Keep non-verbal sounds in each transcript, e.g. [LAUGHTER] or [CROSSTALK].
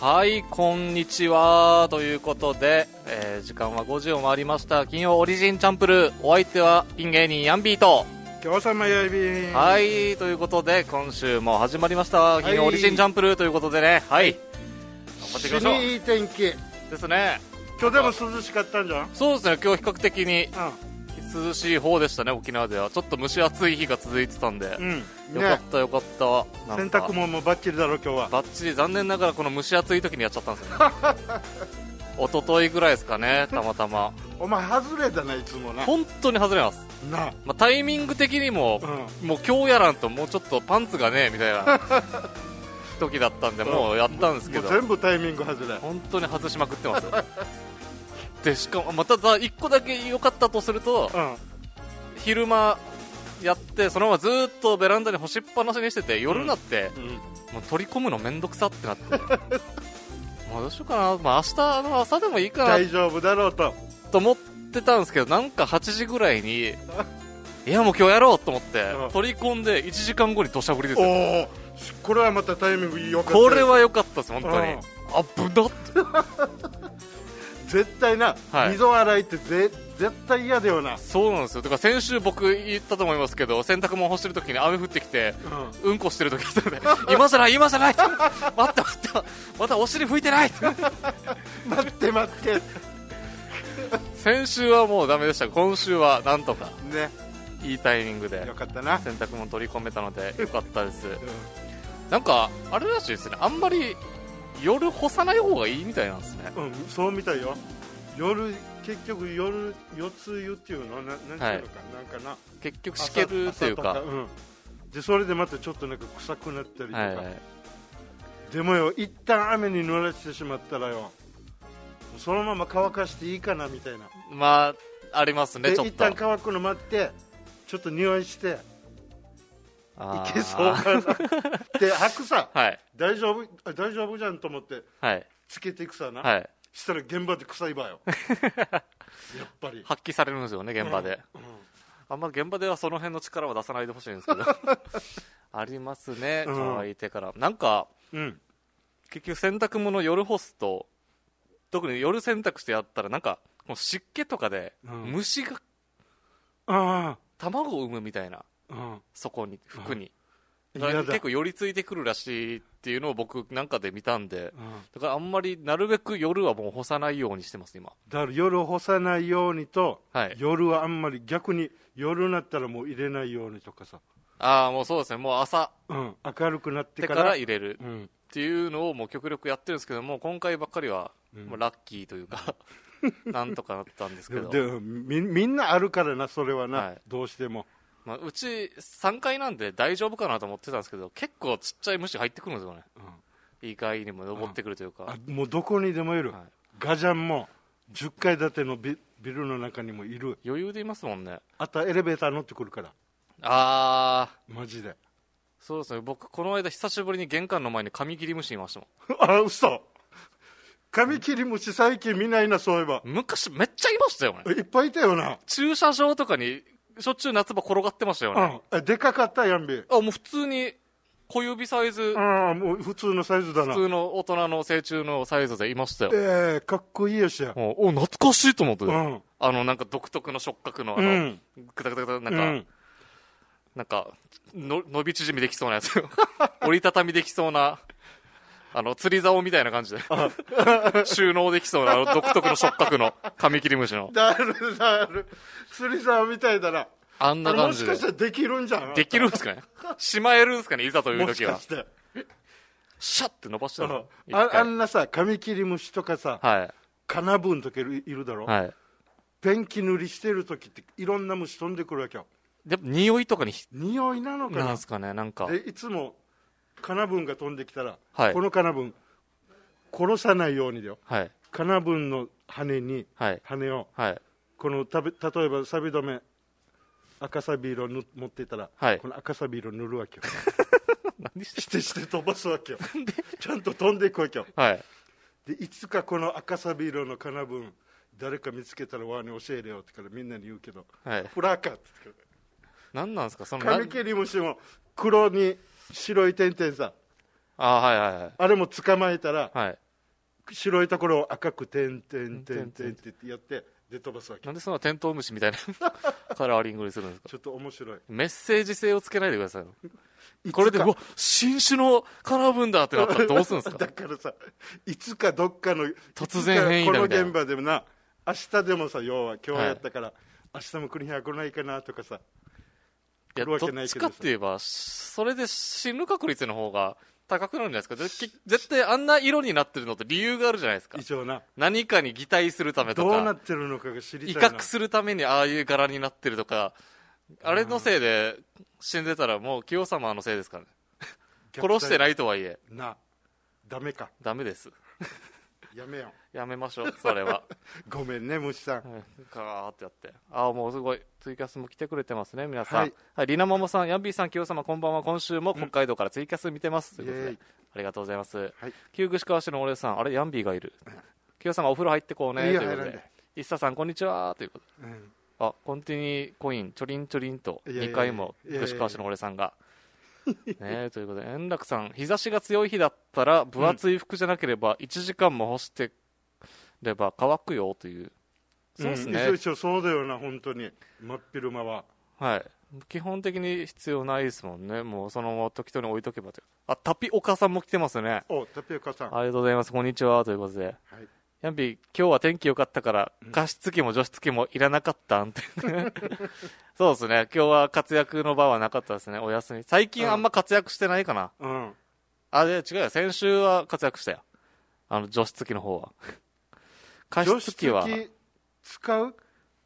はいこんにちはということで、えー時間は5時を回りました金曜オリジンチャンプルーお相手はピン芸人ヤンビート協賛マイアイビーはいということで今週も始まりました金曜オリジンチャンプルーということでねはい頑張っていきましょいい天気うですね今日でも涼しかったんじゃんそうですね今日比較的にう涼しい方でしたね沖縄ではちょっと蒸し暑い日が続いてたんで、ん、うよん、かったよかったな洗んか濯物もバッチリだろ今日はバッチリ残念ながらこの蒸し暑い時にやっちゃったんです [LAUGHS] よね一昨日ぐらいですかねたまたまお前外れだないつもな本当に外れます、なあまあ、タイミング的にもう、んもう今日やらんともうちょっとパンツがねみたいな時だったんでもうやったんですけもうど全部タイミング外れ本当に外しまくってますよでしかもまあただ1個だけ良かったとするとうん昼間やってそのままずーっとベランダに干しっぱなしにしてて夜になって、もう取り込むのめんどくさってなってまあどうしようかな、まあ、明日の朝でもいいか大な丈夫だろうとと思ってたんですけどなんか8時ぐらいにいやもう今日やろうと思ってうん取り込んで1時間後に土砂降りですおよおこれはまたタイミングいいよこれは良かったです本当にうんあぶなっ絶対な、はい溝洗いってぜ絶対嫌だよな、そうなんですよだから先週僕言ったと思いますけど洗濯物干してる時に雨降ってきてうん、うんこしてる時だったの [LAUGHS] で今じゃない今じゃない待って待ってまたお尻拭いてない待って待って先週はもうダメでしたが今週はなんとかねいいタイミングでよかったな、洗濯物取り込めたのでよかったですうなんかあれらしいですねあんまり夜干さない方がいいみたいなんですねんうん、そうみたいよ夜結局夜四つ湯っていうのななんていうのか、はいなんかな結局しけるという朝か朝とうん、でそれでまたちょっとなんか臭くなったりとか、はいはいでもよ一旦雨に濡らしてしまったらよそのまま乾かしていいかなみたいなまあありますねでちょっ一と旦乾くの待ってちょっと匂いしていあーけそうか [LAUGHS] なで吐くさはい大丈夫あ大丈夫じゃんと思ってはいつけていくさな、はいしたら現場で臭 [LAUGHS] いばよやっぱり発揮されるんですよね現場で、うんあんま現場ではその辺の力は出さないでほしいんです [LAUGHS] けどありますねうん乾いてから、なんかうん結局洗濯物夜干すと特に夜洗濯してやったらなんかこの湿気とかでうん虫があ卵を産むみたいなあうんそこに服に、だか嫌らだ結構寄りついてくるらしいっていうのを僕なんかで見たんでうんだからあんまりなるべく夜はもう干さないようにしてます今だから夜干さないようにと、はい夜はあんまり逆に夜になったらもう入れないようにとかさ、ああもうそうですねもう朝うん、明るくなっっててかからら入れるうん、っていうのをもう極力やってるんですけども今回ばっかりは、もうラッキーという [LAUGHS] かなんとかなったんですけでどでみみんなあるからなそれはな、はいどうしてもまあ、うち3階なんで大丈夫かなと思ってたんですけど結構ちっちゃい虫入ってくるんですよね、いい階にも登ってくるというか、あもうどこにでもいる、はいガジャンも10階建てのビビルの中にもいる余裕でいますもんねあとはエレベーター乗ってくるからああマジで [LAUGHS] そうですね僕この間久しぶりに玄関の前にカミキリムシいましたもあ嘘カミキリムシ最近見ないなそういえばん昔めっちゃいましたよねえいっぱいいたよな、駐車場とかにしょっちゅう夏場転がってましたよね、うん、えでかかったやんびあもう普通に小指サイズああもう普通のサイズだな普通の大人の成虫のサイズでいましたよええかっこいいよしやもうお懐かしいと思って、うんあのなんか独特の触覚のあうの、んグタグタグタうなんか、んなんかの伸び縮みできそうなやつ [LAUGHS] 折りたたみできそうなあの釣り竿みたいな感じで [LAUGHS] 収納できそうなあの独特の触覚のカミキリムシのだるだる釣り竿みたいだなあんなあれ感もじしでかしたらできるんじゃんできるんですかねしまえるんですかねいざというも時しかはしてシャッて伸ばしてうるん一ああ回んなさカミキリムシとかさはいカナブンとかいるいるだろはいペンキ塗りしてる時っていろんな虫飛んでくるわけよでも匂いとかにひ匂いなのなんかですかねなんかなでいつもカナブンが飛んできたらはいこのカナブン殺さないようにだよはいカナブンの羽にはい羽をはいこのたべ例えばサビ止め赤サビ色塗持っていたら、はいこの赤サビ色塗るわけよ [LAUGHS] 何してしてして飛ばすわけよちゃんと飛んでいくわけよはいでいつかこの赤サビ色の金分誰か見つけたらわーに教えれよってからみんなに言うけどはいフラーカって言って何なんですかそのくるカミキリムシも黒に白い点々さあはいはいはいあれも捕まえたらはい白いところを赤く点々点々ってやってで飛ばすわけなんでそんな [LAUGHS] テントウムシみたいなカラーリングにするんですかちょっと面白いメッセージ性をつけないでくださいよこれでうわ新種のカラー分だってなったらどうする [LAUGHS] んですかだからさいつかどっかの突然変異だみたいないつかこの現場でもな明日でもさ要は今日やったから、明日も来る日は来ないかなとかさいや来るわどけなっいけちどかさって言えばそれで死ぬ確率の方が高くなるんじゃないですか絶対絶対あんな色になってるのって理由があるじゃないですか一応な何かに擬態するためとどうなかってるのかが知り威たいな嚇するためにああいう柄になってるとかあれのせいで死んでたらもう清様のせいですからね殺していないとはいえなダメかダメですやめよやめましょうそれ [LAUGHS] はうごめんね虫さんガーってやってああもうすごいツイキャスも来てくれてますね皆さん、ははいいリナマモさんヤンビーさん清様こんばんは今週も北海道からツイキャス見てます、ということイエでイありがとうございます、はい旧串川市の俺さんあれヤンビーがいる清様お風呂入ってこうねいいよということ入らんでで一ささんこんにちはということでうんあコンティニーコインちょりんちょりんといやいやい2や回も串川市の俺さんが [LAUGHS] ねえということで円楽さん日差しが強い日だったら分厚い服じゃなければ1時間も干してれば乾くよというそうですね、ん一応一応そうだよな本当に真っ昼間ははい基本的に必要ないですもんねもうそのまま適当に置いとけばというあタピオカさんも来てますねおタピオカさんありがとうございますこんにちはということではいヤンビー今日は天気良かったから加湿器も除湿器もいらなかったんって [LAUGHS] そうですね今日は活躍の場はなかったですねお休み最近あんま活躍してないかな、うんあで違うよ先週は活躍したよあの除湿器の方は [LAUGHS] 加除湿湿器器はい使う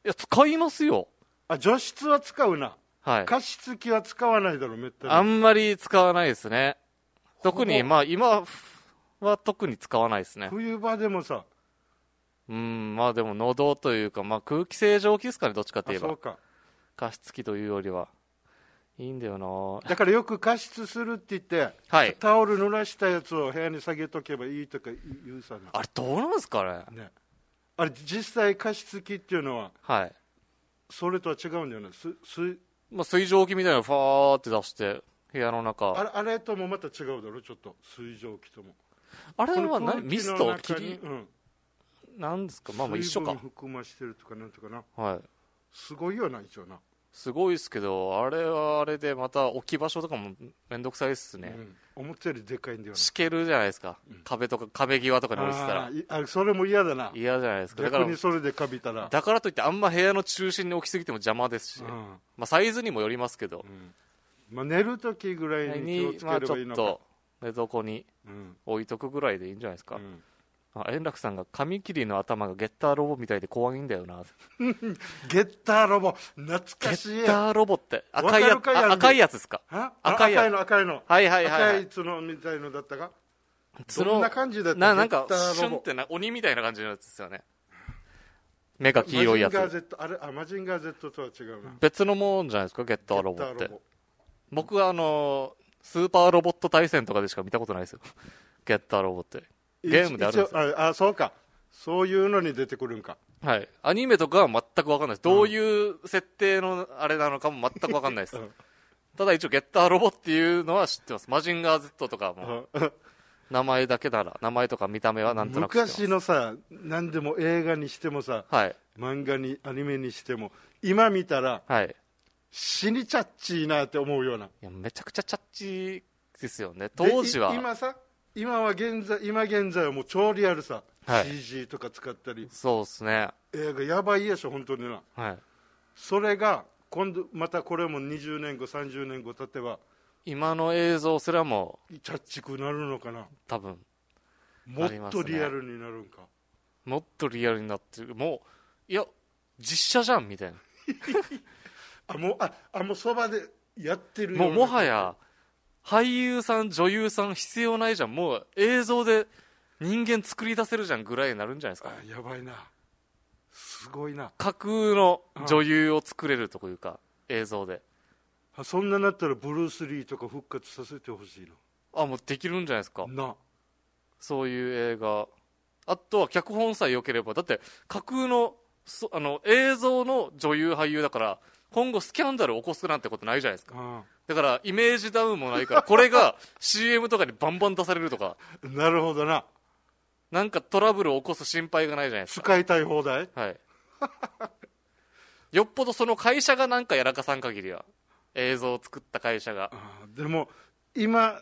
や使いますよあ除湿は使うなはい加湿器は使わないだろめったにあんまり使わないですね。ほぼ特に、まあ今は特に使わないですね。冬場でもさうん、まあでも喉というか、まあ空気清浄機ですかね、どっちかとあいえそばう。か加湿器というよりは。いいんだよなだからよく加湿するって言って、はいタオル濡らしたやつを部屋に下げとけばいいとか言うさなあれどうなんですかねね、あれ実際加湿器っていうのははい。それとは違うんだよねすすまあ水蒸気みたいなのファーって出して、部屋の中。あれあれともまた違うだろちょっと水蒸気ともあれは何この空気のミスト中に霧うん、なんですかまあまあ一緒水分か。含ましてるとかなんとかなはい。すごいよな一応な、すごいですけど、あれはあれでまた置き場所とかもめんどくさいですうね。ん、思ったよりでかいんだよしけるじゃないですか。壁とか壁際とかにな置いてたらあ。ーいあそれも嫌だな嫌じゃないですかだか逆らにそれでカビたらだからといってあんま部屋の中心に置きすぎても邪魔ですし、うまんあ、サイズにもよりますけど、まあ、寝るときぐらいに気をにつけまあれちょばいいっのか、と寝床にうん置いとくぐらいでいいんじゃないですうか、んあ円楽さんが髪切りの頭がゲッターロボみたいで怖いんだよなゲッターロボ懐ゲかしいッターロボってかる赤いやかやんあ赤いやつですかはあ赤赤いいやの赤いの、はいはいはい、は赤いい、角みたいのだったか角どんな感じだったななんかゲッターシロュンボってな鬼みたいな感じのやつですよね目が黄色いやマジンガーつ Z あれあマジンガー Z とは違うな別のもんじゃないですかゲッターロボっゲッて僕はあのースーパーロボット対戦とかでしか見たことないですよゲッターロボってゲームであるんですよ一応ああそうかそういうのに出てくるんかはいアニメとかは全く分かんないですどういう設定のあれなのかも全く分かんないです、うん [LAUGHS] ただ一応ゲッターロボっていうのは知ってますマジンガー Z とかもうん名前だけなら名前とか見た目はなんとなく知ってます昔のさ何でも映画にしてもさはい漫画にアニメにしても今見たらはいい死にチャッチーなって思うようなやめちゃくちゃチャッチですよね当時はでい今さ今は現在今現在はもう超リアルさ、はい CG とか使ったりそうですね映画やばいでしょ本当になはいそれが今度またこれも20年後30年後経てば今の映像すらもチャッチくなるのかな多分もなりまっすねとリアルになるんかもっとリアルになってるもういや実写じゃんみたいなあもうああもうそばでやってるよもうなもはや俳優さん女優さん必要ないじゃんもう映像で人間作り出せるじゃんぐらいになるんじゃないですかあやばいなすごいな架空の女優を作れるというか映像であそんななったらブルース・リーとか復活させてほしいあもうできるんじゃないですかのなそういう映画あとは脚本さえ良ければだって架空のそあの映像の女優俳優だから今後スキャンダル起こすなんてことないじゃないですかあだからイメージ [LAUGHS] ダウンもないからこれが CM とかにバンバン出されるとかなるほどななんかトラブルを起こす心配がないじゃないですか。使いたい放題はい。 [LAUGHS] よっぽどその会社がなんかやらかさん限りは、映像を作った会社が。あーでも今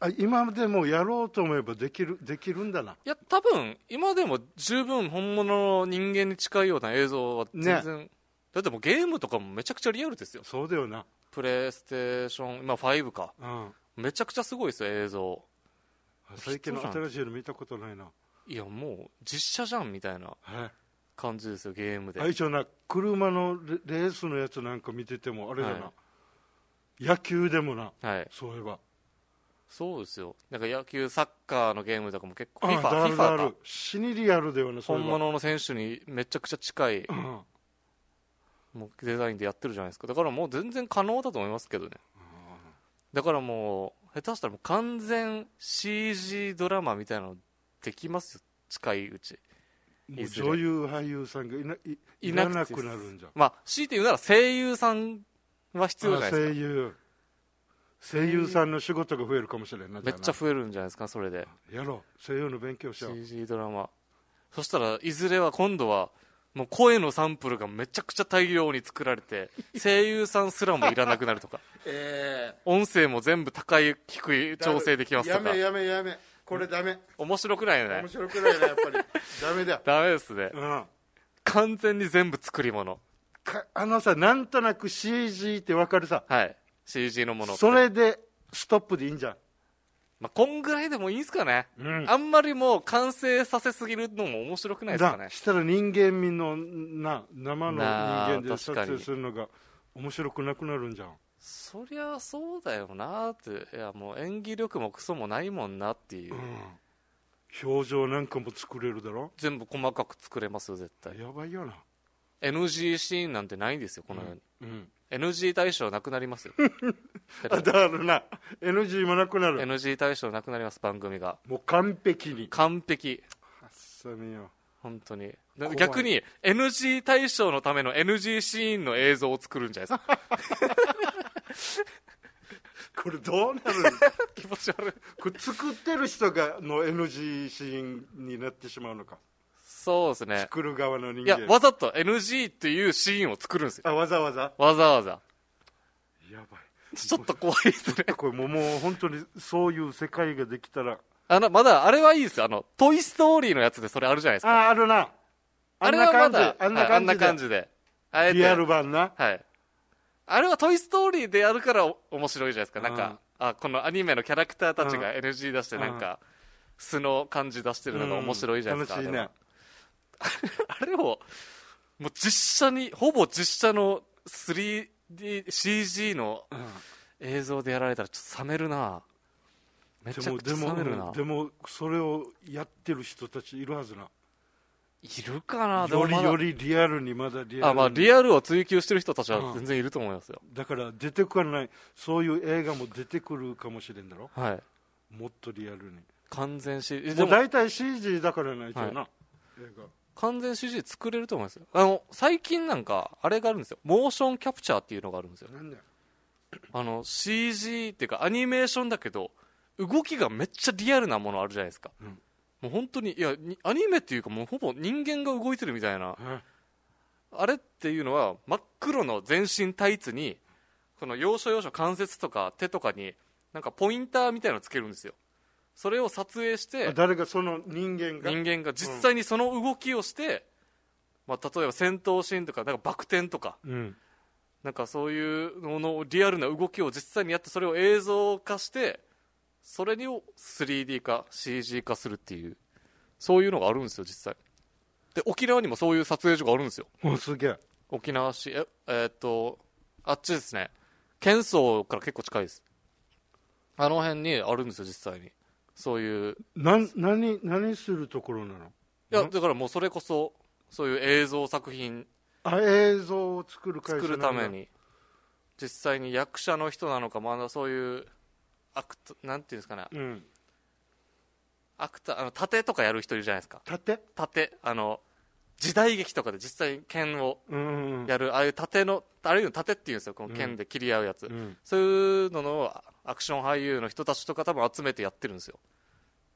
あ今でもやろうと思えばできるできるんだないや、多分、今でも十分本物の人間に近いような映像は全然、だってもうゲームとかもめちゃくちゃリアルですよ。そうだよな、プレイステーション、今5か。うん、めちゃくちゃすごいですよ、映像。最近のそうなん新しいの見たことないな、いや、もう実写じゃんみたいなはい感じですよ、ゲームで。あ一応な車のレレースのやつなんか見ててもあれだな、は野球でもなはい。そういえばそうですよ。なんか野球、サッカーのゲームとかも結構、あ FIFA、だる FIFA かだる。死にリアルだよねそうい本えば物の選手にめちゃくちゃ近いうんもうデザインでやってるじゃないですかだからもう全然可能だと思いますけどねだからもう下手したらもう完全 CG ドラマみたいなのできますよ近いうちもいうずれ女優俳優さんがいないいいらななくてくなるんじゃんまあ強いて言うなら声優さんは必要じゃないあです声優声優さんの仕事が増えるかもしれんなかめっちゃじ増えるんじゃないですかそれでゃあなやろう声優の勉強しよう CG ドラマそしたらいずれは今度はもう声のサンプルがめちゃくちゃ大量に作られ [LAUGHS] て声優さんすらもいらなくなるとかえ音声も全部高い低いー調整できますとやかめやめやめこれダメ面白くないね面白くないなやっ [LAUGHS] ぱりダメだよダメですねうん完全に全部作り物かあのさなんとなく CG ってわかるさはい CG のものってそれでストップでいいんじゃんまあ、こんぐらいでもいいんすかね、うんあんまりもう完成させすぎるのも面白くないですかねだしたら人間味のな生の人なあ間で撮確か影にするのが面白くなくなるんじゃんそりゃそうだよなーっていやもう演技力もクソもないもんなっていう、うん表情なんかも作れるだろ全部細かく作れますよ絶対やばいよな NG シーンなんてないんですよこの世に、うん、 NG 対象なくなりますよあだるな NG もなくなる NG 対象なくなります番組がもう完璧に完璧あっさみよ本当に怖い逆に NG 対象のための NG シーンの映像を作るんじゃないですか [LAUGHS] これどうなる気持ち悪いこれ作ってる人がの NG シーンになってしまうのかそうですね作る側の人いや間わざと NG っていうシーンを作るんですよあわざわざわざわ [LAUGHS] ざやばいちょっと怖いですね [LAUGHS] これもうもう本当にそういう世界ができたらあのまだあれはいいですよあの「トイ・ストーリー」のやつでそれあるじゃないですかあああるなあんれなはま感じだあんなはいあん感なじ感でじであえてリアル版なはいあれは「トイ・ストーリー」でやるからお面白いじゃないですかなんか、あこのアニメのキャラクターたちが NG 出してなんか、素の感じ出してるのが面白いじゃないですか、うん楽しいあれねはあれを、もう実写に、ほぼ実写の 3DCG の映像でやられたらちょっと冷めるなめちでゃもくちでゃ冷めるもなでもそれをやってる人たちいるはずないるかなでよもまりだよりリアルにまだリアルにあ、まあ、リアルを追求してる人たちは全然いると思いますよ。だから出てこないそういう映画も出てくるかもしれんだろはい。もっとリアルに完全 CG、もでうも大体 CG だからないとな、映完全 CG 作れると思いますよ。あの、最近なんか、あれがあるんですよ。モーションキャプチャーっていうのがあるんですよ画。なんだよあの、CG っていうかアニメーションだけど、動きがめっちゃリアルなものあるじゃないですか。うんもう本当に、いや、にアニメっていうかもうほぼ人間が動いてるみたいな。うんあれっていうのは真っ黒の全身タイツに、この要所要所関節とか手とかに、なんかポインターみたいなのつけるんですよ。それを撮影して、誰がその人間が人間が実際にその動きをして、まあ、例えば戦闘シーンとか、なんかバク転とか、うんなんかそういうものをリアルな動きを実際にやってそれを映像化してそれを 3D 化 CG 化するっていうそういうのがあるんですよ実際で沖縄にもそういう撮影所があるんですよもうすげえ沖縄市ええーっとあっちですね県層から結構近いですあの辺にあるんですよ実際にそういうなん何何するところなのいやんだからもうそれこそそういう映像作品あ映像を作る会作社なるんだために実際に役者の人なのかまだそういうアクトなんていうんですかねうんアクターあの盾とかやる人いるじゃないですか盾盾あの時代劇とかで実際に剣をうんうんやるああいう盾のあれいうの盾っていうんですよこの剣で切り合うやつ、うんそういうののアクション俳優の人たちとか多分集めてやってるんですよ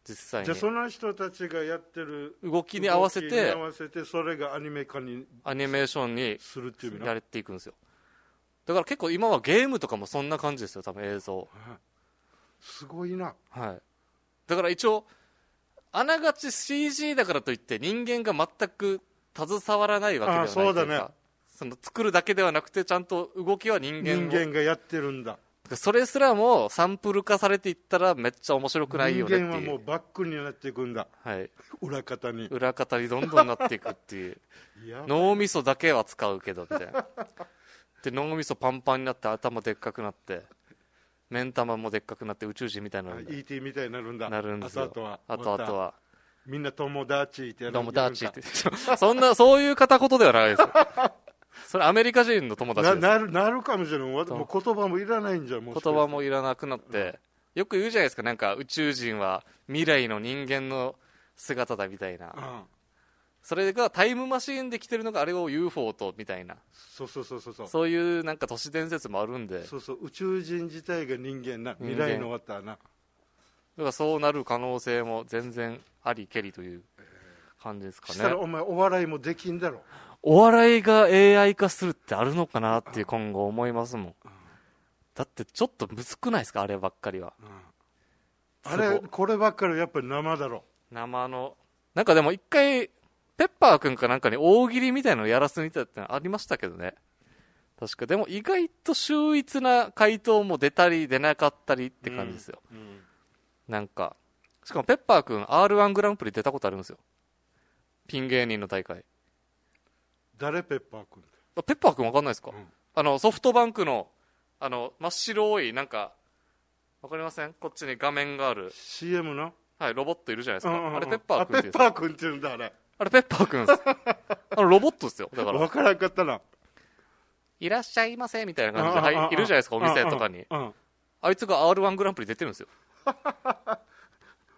実際じゃあそにの人たちがやってる動きに合わせ動きにて合わせてそれがアニメ化にアニメーションにするっていう意味やなれていくんですよだから結構今はゲームとかもそんな感じですよ多分映像すごいなはいだから一応あながち CG だからといって人間が全く携わらないわけではないというかあそうだねその作るだけではなくてちゃんと動きは人間も人間がやってるんだそれすらもサンプル化されていったらめっちゃ面白くないよねってい人間はもううバックになっていくんだはい、裏方に裏方にどんどんなっていくっていう [LAUGHS] いや脳みそだけは使うけどみたいなで脳みそパンパンになって頭でっかくなって目ん玉もでっかくなって宇宙人みたいになるんだ ET みたいになるんだなるんですよあとはあとあとはみんな友達ってやる友達って [LAUGHS] そんなそういう片言ではない [LAUGHS] ですよそれアメリカ人の友達なですなるなるかもしれないわもう言葉もいらないんじゃんもう言葉もいらなくなってよく言うじゃないですかなんか宇宙人は未来の人間の姿だみたいな、うんそれがタイムマシーンで来てるのがあれを UFO とみたいなそうそうそうそうそうそういうなんか都市伝説もあるんでだかそうそう宇宙人自体が人間な人間未来の終わったならそうなる可能性も全然ありけりという感じですかしたらねお前お笑いもできんだろお笑いが AI 化するってあるのかなっていう今後思いますもんだってちょっとむずくないですかあればっかりはあすれごこればっかりやっぱり生だろ生のなんかでも一回ペッパーくんかなんかに大喜利みたいのをやらせてみたってのありましたけどね確かでも意外と秀逸な回答も出たり出なかったりって感じですよ、なんかしかもペッパーくん r 1グランプリ出たことあるんですよピン芸人の大会誰ペッパー君あペッパーくんわかんないですか、うんあのソフトバンクのあの真っ白いなんかわかりませんこっちに画面がある、 CM のはい、ロボットいるじゃないですか、うんうんうんあれペッパーくんっていうんあペでッすパー君って言うんだあれあれペッパーくん [LAUGHS] ですあのロボットですよだから分からんかったないらっしゃいませみたいな感じで、はい、いるじゃないですか、お店とかに。うんうんうんあいつが R1 グランプリ出てるんですよ。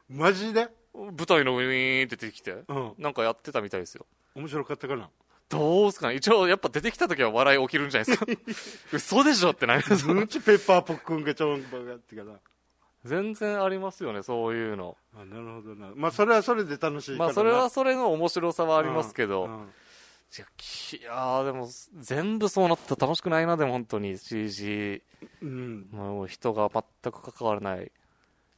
マジで舞台の上にウィーンって出てきて、うんなんかやってたみたいですよ。面白かったかなどうすかね一応、やっぱ出てきた時は笑い起きるんじゃないです [LAUGHS] か。嘘でしょってなります。うんちペッパーポックンがちょんばがってから全然ありますよね、そういうの。あなるほどなまあそれはそれで楽しいからなまあ、それはそれの面白さはありますけど。うんうんいやきいやー、でも、全部そうなったら楽しくないな、でも本当に CG。うんもう人が全く関わらない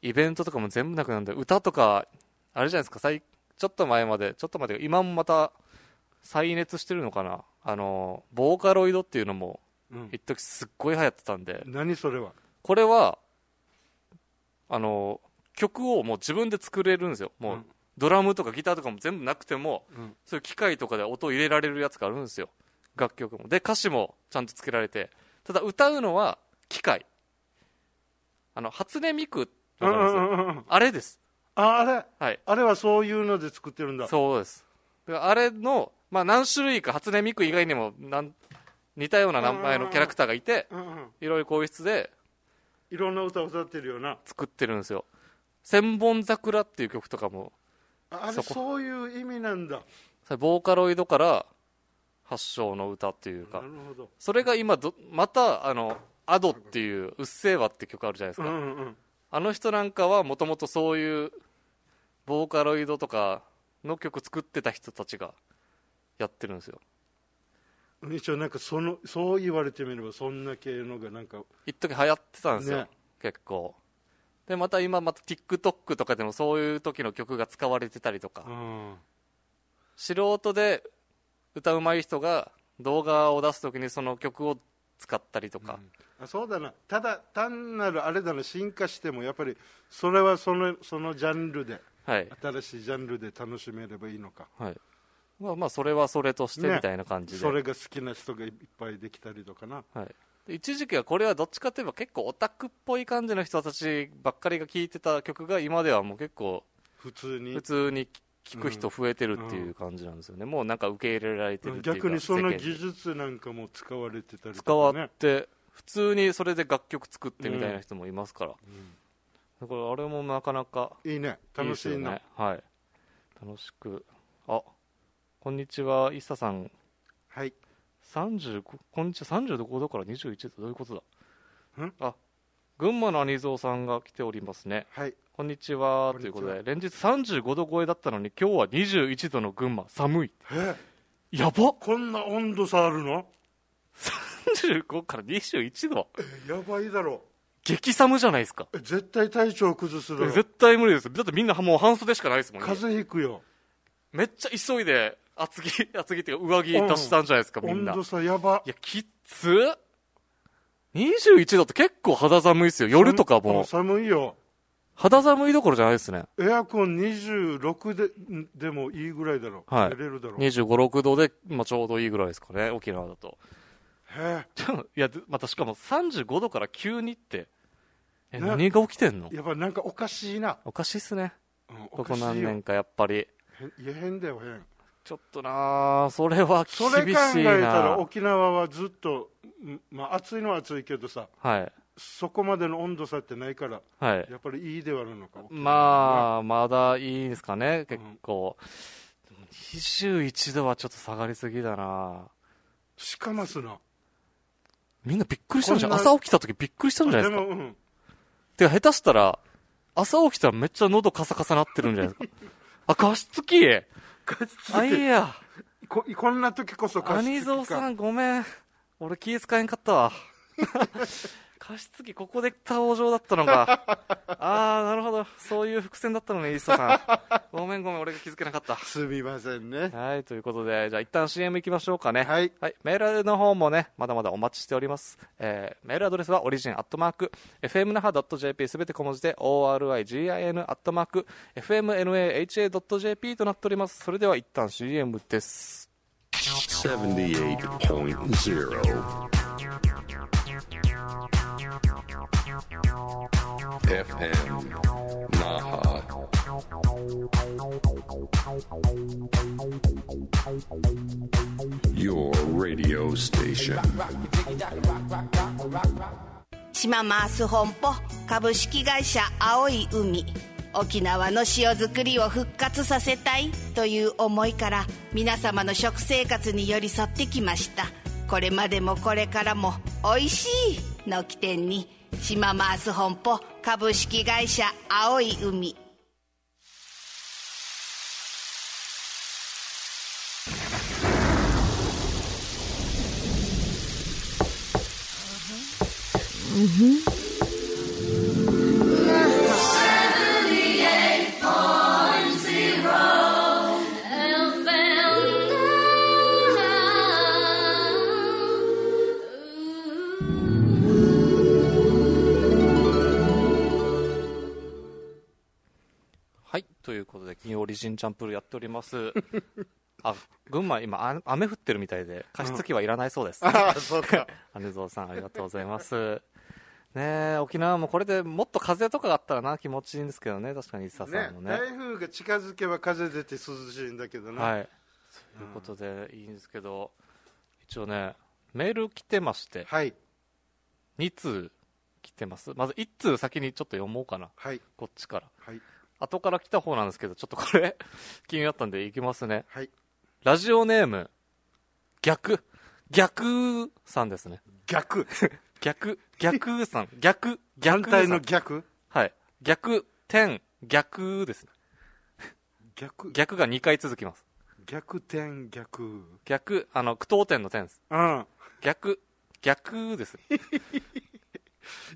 イベントとかも全部なくなるんで歌とかあれじゃないですか最ちょっと前までちょっと前で今もまた再熱してるのかなあのボーカロイドっていうのもうん一時すっごい流行ってたんで何それはこれはあの曲をもう自分で作れるんですよもう、うんドラムとかギターとかも全部なくても、うんそういう機械とかで音を入れられるやつがあるんですよ楽曲もで歌詞もちゃんとつけられてただ歌うのは機械あの初音ミクわかうんりうますんうんうんあれですああれはいあれはそういうので作ってるんだそうですだからあれの、まあ、何種類か初音ミク以外にもなん似たような名前のキャラクターがいてうんうんいろいろこういう室でいろんな歌を歌ってるよな作ってるんですよ「千本桜」っていう曲とかもああれそこそういう意味なんだそれボーカロイドから発祥の歌っていうかなるほどそれが今どまたあのアドっていう「うっせぇわ」って曲あるじゃないですうんか、うんうんあの人なんかはもともとそういうボーカロイドとかの曲作ってた人たちがやってるんですよ一応なんかそのそう言われてみればそんな系のがなんか一時流行ってたんですよ、ね結構でまた今また TikTok とかでもそういう時の曲が使われてたりとか、うん素人で歌うまい人が動画を出す時にその曲を使ったりとか、あそうだなただ単なるあれだな進化してもやっぱりそれはそのそのジャンルではい、新しいジャンルで楽しめればいいのかはい、まあまあそれはそれとしてねみたいな感じで,、それが好きな人がいっぱいできたりとかなはい、で一時期はこれはどっちかといえば結構オタクっぽい感じの人たちばっかりが聴いてた曲が今ではもう結構普通に普通に聴く人増えてるっていう感じなんですよね、もうなんか受け入れられてるっていうか逆にその世間技術なんかも使われてたりと使わか、ね、って普通にそれで楽曲作ってみたいな人もいますから、だからあれもなかなかいいね楽しいですよなねはい楽しくあこんにちはイッサさんはい35こんにちは35度から21度どういうことだんあ群馬のアニゾウさんが来ておりますねはいこんにちはこんといにうちこはとで連日35度超えだったのに今日は21度の群馬寒いやばこんな温度差あるの35から21度えやばいだろ激寒じゃないですかえ絶対体調崩すだろ絶対無理ですだってみんなもう半袖しかないですもんね風邪ひくよめっちゃ急いで厚着厚着っていうか上着出したんじゃないですか、みん温な度差やばいやきっつ21度って結構肌寒いですよ夜とかも寒いよ肌寒いどころじゃないですねエアコン26でんでもいいぐらいだろ、はい寝れるだろへ2 5六6度で、まあ、ちょうどいいぐらいですかね沖縄だとえいやでまたしかも35度から急にってえね何が起きてんのやっぱなんかおかしいな、おかしいっすねうんおこかこしい何よ年かやっぱりへんいや変だよ変ちょっとなあそれはそ厳れ考しいえたらな沖縄はずっと、んまあ、暑いのは暑いけどさはいそこまでの温度差ってないからはいやっぱりいいではあるのかまあ、まだいいですかね、結うん構。でも21度はちょっと下がりすぎだなあしかますなみんなびっくりしたんじゃん。こんな朝起きた時びっくりしたんじゃないでですか。も、うん、てか下手したら、朝起きたらめっちゃ喉カサカサなってるんじゃないですか。 [LAUGHS] あ、加湿器あ、いいや。ここんな時こそ加湿器兄蔵さかんごめん。俺気使えんかったわ。 [LAUGHS] 加湿器ここで登場だったのか。 [LAUGHS] あー、なるほど。そういう伏線だったのね、イーストさん。ごめんごめん、俺が気づけなかった。すみませんねはい、ということで、じゃあ一旦 CM 行きましょうかね。はい。はいメールの方もね、まだまだお待ちしております。えーメールアドレスは、オリジンアットマーク、fmnaha.jp すべて小文字で、origin アットマーク、fmnaha.jp となっております。それでは一旦 CM です。 78.0 FM Naha. 島マース本舗株式会社青い海沖縄の塩作りを復活させたいという思いから皆様の食生活に寄り添ってきましたこれまでもこれからも「おいしい」の起点に島マース本舗株式会社青い海はい、ということで、金曜オリジンチャンプルやっており [LAUGHS] ます。あ、群馬今、あ雨降ってるみたいで、加湿器はいらないそうです。ああそ [LAUGHS] うか羽蔵さんありがとうございますねえ沖縄もこれでもっと風とかがあったらな気持ちいいんですけどね確かに伊佐さねんもね台風が近づけば風出て涼しいんだけどな、はいということでいいんですけど、一応ねメール来てましてはい2通来てますまず1通先にちょっと読もうかなはいこっちからはい後から来た方なんですけどちょっとこれ [LAUGHS] 気になったんでいきますねはいラジオネーム逆逆さんですね逆逆逆さ [LAUGHS] ん逆反逆さん対の逆はい。逆、点、逆ですね。逆逆が2回続きます。逆転逆うん逆、あの、句読点の点です。読逆、逆です。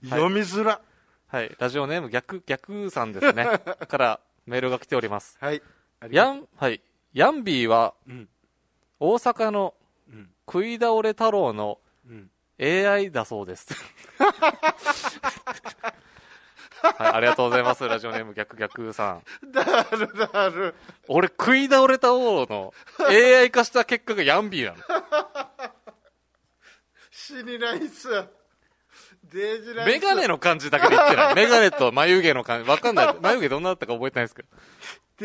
みづらはい。ラジオネーム逆、逆さんです [LAUGHS] ね。からメールが来ております。はいヤン、はい。ヤンビーは、うん大阪のうん食い倒れ太郎のうん AI だそう [LAUGHS] です。はい、ありがとうございます。ラジオネーム逆逆さん。だるだる俺、食い倒れた王の AI 化した結果がヤンビーなの。死にないっすデージライスメガネの感じだけで言ってない。メガネと眉毛の感じ。わかんない。眉毛どんなだったか覚えてないですけど。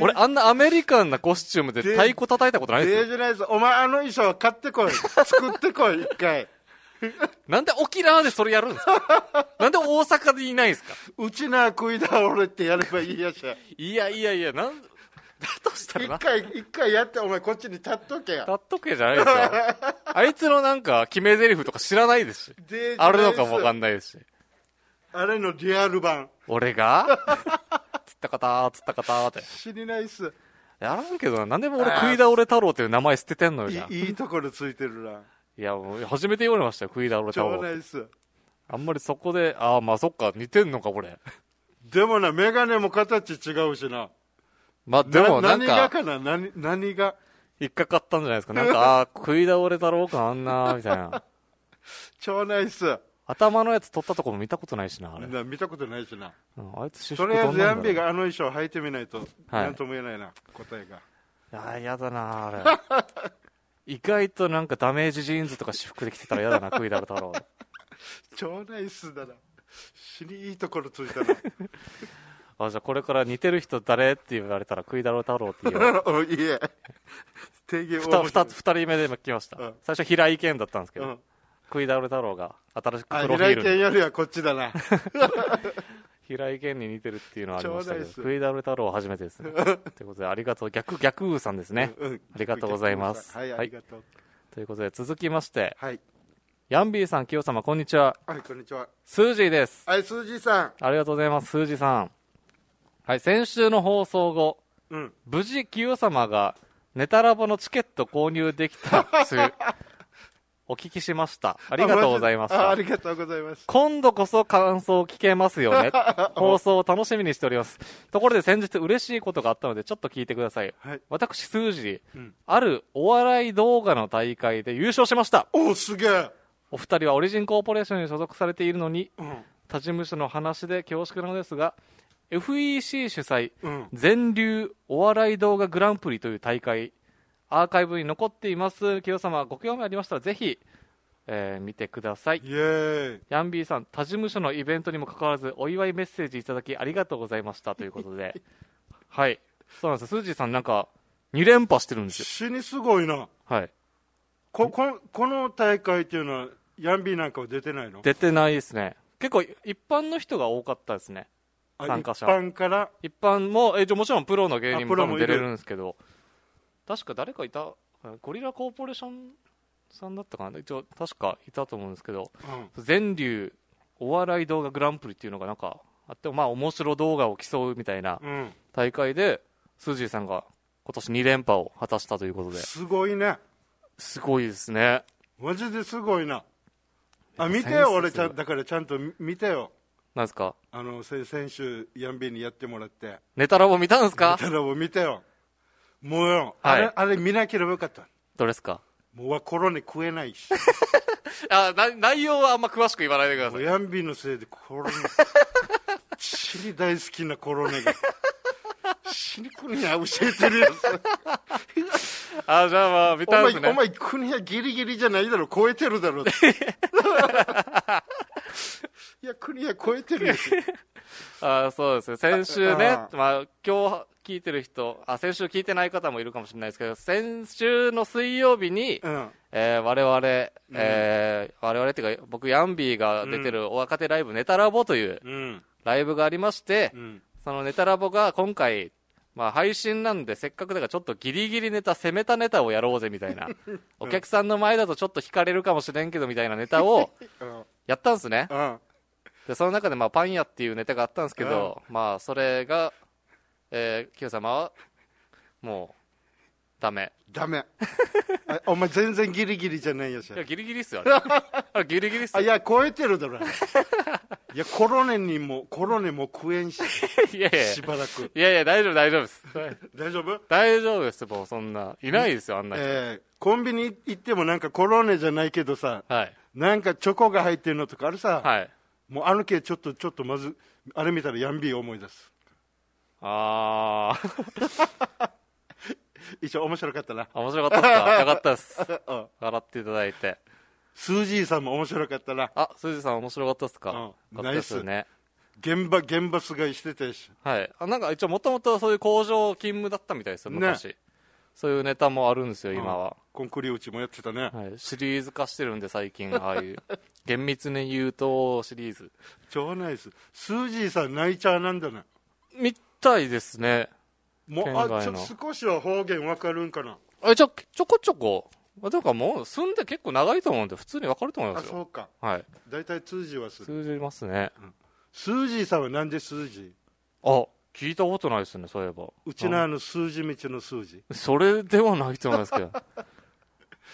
俺、あんなアメリカンなコスチュームでで太鼓叩いたことないでデすーよ。ジライスお前あの衣装買ってこい作ってこい一回なんで沖縄でそれやるんですかなんで大阪でいないんですかうちな食い倒れってやればいいやしいやいやいや、なん、だとしたら一な。回一回やってお前こっちに立っとけや立っとけじゃないですよ。あいつのなんか、決め台詞とか知らないですし。デージライスあるのかもわかんないですし。あれのリアル版俺がったかたー、つったかたーって。知りないっすやらんけどな。なんでも俺、食い倒れ太郎っていう名前捨ててんのよ、じゃあいいいところついて [LAUGHS] るないや、もう初めて言われましたよ、食い倒れ太超郎なって。いっすあんまりそこで、ああ、まあそっか、似てんのか、これ。でもな眼鏡も形違うしなまあでも、ななん何か、がかな何何が引っかかったんじゃないですか。なんか、ああー、食い倒れ太郎感あんな [LAUGHS] ー、みたいな。超ないっす頭のやつ取ったとこも見たことないしな、あれ。な見たことないしなうんあいつ私と服りどんあなえんだろずヤンうビーがあの衣装履いてみないとはい何とも言えないな、答えがああ、やだな、あれ。 [LAUGHS] 意外となんかダメージジーンズとか私服で着てたらやだな、食いだる太郎。超ないっすだな死にいいところつい [LAUGHS] たなあ、じゃあこれから似てる人誰って言われたら食いだる太郎って言う。おいえ提言ふをた、ふた、二人目で今来ました。うん最初平井堅だったんですけど、うん食いだる太郎が新しくあプロフィ平ー井ル堅によりはこっちだな平井堅に似てるっていうのはありましたけちょうだいど、っす食いだる太郎は初めて [LAUGHS] ですね。ということでありがとう、逆、逆うさんですね。うんありがとうございます。はいありがとうということで続きまして、はいヤンビーさん、キヨ様、こんにちは。はいこんにちはスージーです。はいすーじーさんありがとうございます、数字さん。はい、先週の放送後、うん無事、清様がネタラボのチケット購入できたというお聞きしました。あありがとうございましあたあ。りがとうございます今度こそ感想を聞けますよ [LAUGHS] ね。放送を楽しみにしております。ところで先日嬉しいことがあったので、ちょっと聞いてください。はい私、数字、んあるお笑い動画の大会で優勝しました。おおすげえお二人はオリジンコーポレーションに所属されているのに、うん他事務所の話で恐縮なのですが FEC 主催うん全流お笑い動画グランプリという大会アーカイブに残っています清様ご興味ありましたらぜひ、えー見てくださいイエーイヤンビーさん他事務所のイベントにもかかわらずお祝いメッセージいただきありがとうございましたということで [LAUGHS] はいそうなんですよスージーさんなんか2連覇してるんですよ死にすごいなはいここのこの大会っていうのはヤンビーなんかは出てないの出てないですね結構一般の人が多かったですねあ参加者一般から一般も、えじゃあもちろんプロの芸人あもプ多ロも分い出るれるんですけど、確か誰かいた、ゴリラコーポレーションさんだったかな、一応、確かいたと思うんですけど、うん全流お笑い動画グランプリっていうのがなんかあって、まあ、面白動画を競うみたいなうん、大会で、スージーさんが今年2連覇を果たしたということで、すごいねすごいですね。マジですごいなあ見てセンスよ俺ちゃすごんだからちゃんと見てよなんですかあのせ先週ヤンビーにやってもらってネタラボ見たんです [LAUGHS] かただもう見てよもうよ、あはれいあれ見なければよかったどれですかもうわコロナ食えな [LAUGHS] いしあな内容はあんま詳しく言わないでくだもさうい。ヤンビーのせいでコロ [LAUGHS] ナ死に大好きなコロナが死に国は教えてるやつあじゃあまあ見おたんで前すね。お前国はギリギリじゃないだろ超えてるだろって [LAUGHS] いや国は超えてるよあーそうですね先週ねあ、まあ、今日聞いてる人あ、先週聞いてない方もいるかもしれないですけど、先週の水曜日に、うんえー我々、えー我々っていうか、僕、ヤンビーが出てるお若手ライブ、ネタラボといううんライブがありまして、うんそのネタラボが今回、まあ、配信なんで、せっかくだから、ちょっとギリギリネタ、攻めたネタをやろうぜみた [LAUGHS] いな、お客さんの前だとちょっと惹かれるかもしれんけどみたいなネタ [LAUGHS] をうんやったんですね。うんでその中で、まあ、パン屋っていうネタがあったんですけど、まあそれが、えー、キヨ様はもうダメ [LAUGHS] ダメあお前全然ギリギリじゃないやついやギリギリっすよあれあれ [LAUGHS] ギリギリっすあよいや超えてるだろあれいやコロネにもコロネも食えんしいやいやしばらくいやいや大丈夫大丈夫です大丈夫大丈夫ですもうそんないないですよあんな人、えーコンビニ行ってもなんかコロネじゃないけどさはいなんかチョコが入ってるのとかあるさ、はいもうあの系ちょっとちょっとまずあれ見たらヤンビー思い出すあー一応面白かったな面白か [LAUGHS] ったっすかよかったっすうん笑っていただいてスージーさんも面白かったなあすじさん面白かったっすか、うんよかったっすよね現場現場すがいしてたしはいあなんか一応もともとそういう工場勤務だったみたいですよね昔、そういうネタもあるんですよ今は、コンクリ打ちもやってたねはい、シリーズ化してるんで最近ああ [LAUGHS] いう厳密に言うとシリーズ超ナイススージーさん泣いちゃうなんだなみたいですねもう県あ外ちのょ少しは方言わかるんかなあじゃあちょこちょこまあだからもう住んで結構長いと思うんで普通に分かると思いあますそようかはい大体通じはする通じますねスージーさんはなんでスージあ聞いたことないですね、そういえば。うちのあの数字道の数字それではないと思いますけ [LAUGHS] ど。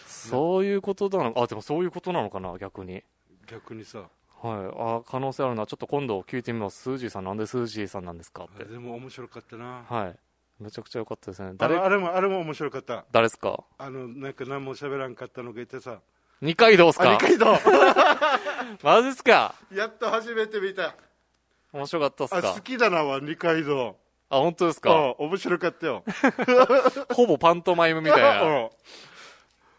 そういうことなのあ、でもそういうことなのかな、逆に。逆にさはい。あ、可能性あるな。ちょっと今度聞いてみます。スージーさん、なんでスージーさんなんですかって。でも面白かったなはい。めちゃくちゃ良かったですね。あれ誰、あれもあれも面白かった誰ですかあのなんか何も喋らんかったのがいてさ二階堂ですあか二階堂 [LAUGHS] マジっすかやっと初めて見た面白かったっすあか好きだなは二階堂あ本当ですうかん面白かったよほぼパントマイムみたいな。うん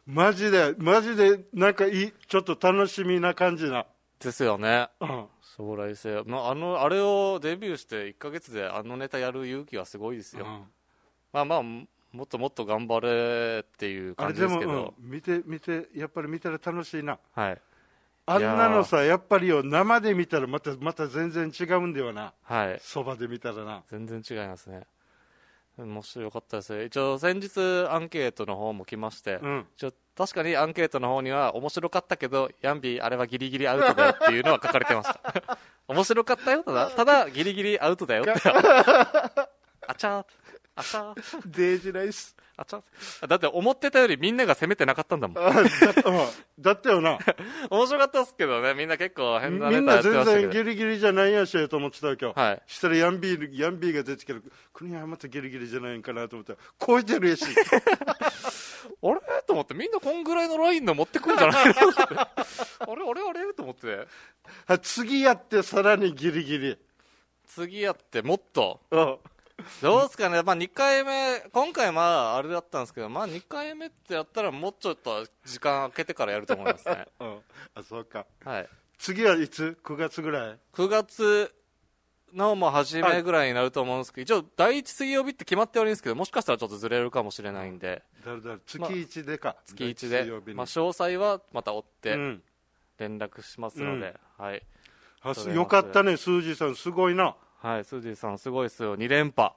マジでマジでなんかいいちょっと楽しみな感じな、ですよね。うん将来性。まあ、あの、あれをデビューして1ヶ月であのネタやる勇気はすごいですよ。まあまあ、もっともっと頑張れっていうあ感れじでですも、けど。うん見て見てやっぱり見たら楽しいなはい。あんなのさやっぱりよ生で見たらまたまた全然違うんだよなはい。そばで見たらな全然違いますね。もしよかったですね。一応先日アンケートの方も来まして、うん一応確かにアンケートの方には面白かったけど、ヤンビーあれはギリギリアウトだよっていうのは書かれてました。 [LAUGHS] 面白かったよ、ただ、 [LAUGHS] ただギリギリアウトだよって。あちゃー、あちゃー、デージライスあちゃー。だって思ってたよりみんなが攻めてなかったんだもん。 [LAUGHS] だ,、うん、だったよ [LAUGHS] な面白かったっすけどね、みんな結構変なみネんタやなってま全した然けど。ギリギリじゃないやしやと思ってたわけよ、はいしたらヤンビーヤンビーが出てきたら国はまたギリギリじゃないんかなと思ったら超えてるや [LAUGHS] しあれと思って、みんなこんぐらいのラインの持ってくんじゃないのって [LAUGHS] あれあれあれと思って。あ次やってさらにギリギリ次やってもっとうんどうですかね、まあ、2回 [LAUGHS] 目今回まああれだったんですけど、まあ、2回目ってやったらもうちょっと時間空けてからやると思います [LAUGHS] ね、うんあそうかはい、次はいつ9月ぐらい9月のもう初めぐらいになると思うんですけど、一応第一水曜日って決まっておりんですけどもしかしたらちょっとずれるかもしれないんでだるだる月1でか、月1水曜日で、にまあ、詳細はまた追っうてん連絡しますので、はい、あそすれはよかったね、スージーさん、すごいな。はい、スージーさんすごいですよ2連覇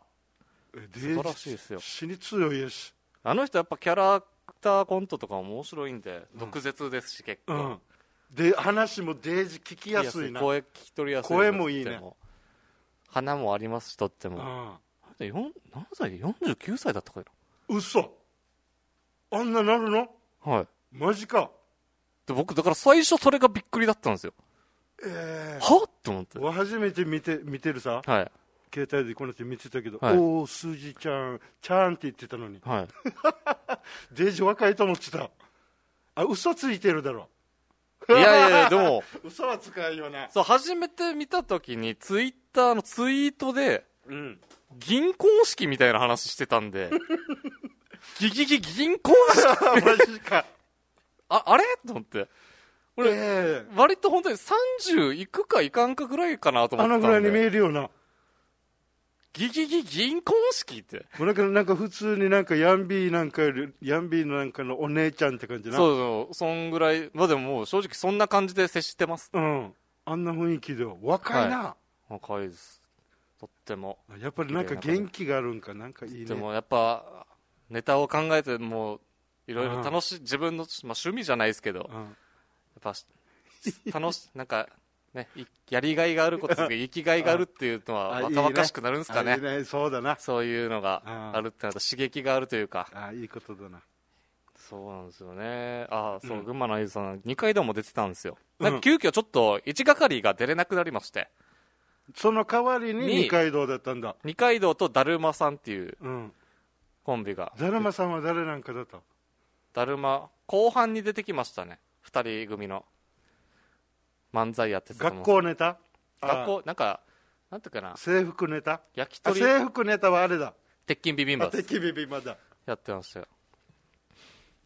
素晴らしいですよ死に強いやし。あの人やっぱキャラクターコントとかも面白いんで、毒舌ですし結構、うん。で、話もデージ聞きやすいな。声聞き取りやすい声もいいねとっても花もありますしとってうも、あん。れよん何歳で49歳だったかい嘘あんななるのなはいマジか。で僕だから最初それがびっくりだったんですよえはっと思ってえわ、初めて見て、見てるさ、はい携帯でこの人見てたけど、はいおー、スージーちゃん、ちゃんって言ってたのに、はいデージ若いと思ってた。あ、嘘ついてるだろ。いやいやいやでも嘘は使いよな。そう初めて見た時にツイッターのツイートでうん。銀婚式みたいな話してたん [LAUGHS] でギギギ銀婚式あ、マジか。ああれと思ってえ俺、え割と本当に30いくかいかんかぐらいかなと思あってたんのぐでらいに見えるよな。ギギギ銀婚式ってもうなんかなんか普通になんかヤンビーなんかよりヤンビーのなんかのお姉ちゃんって感じなそうそう、そんぐらい、まあでももう正直そんな感じで接してます。うんあんな雰囲気で若いな、若いです。とっても。やっぱりなんか元気があるんかなんかいいでねもやっぱ、ネタを考えてもう、いろいろ楽しい、自分の、まあ、趣味じゃないですけど、やっうんぱ、し楽し、なんか、ね、いやりがいがあることですけど、生きがいがあるっていうのは [LAUGHS] あいい若ね々しくなるんですかあねいい。ねそうだなそういうのがあるってなると刺激があるというか。あいいことだなそうなんですよね。ああ、そう、うん群馬のあゆさん、2回でも出てたんですよ。うんなんか急遽ちょっと1係が出れなくなりまして。その代わりにに二階堂だったんだ二階堂とだるまさんっていううんコンビがだるまさんは誰なんかだっただるま後半に出てきましたね二人組の漫才やってたと思学う校ネタ学あ校なんかなんていうかな制服ネタ焼きあ鳥制服ネタはあれだ鉄筋ビビンあバてですきびびまだやってましたよ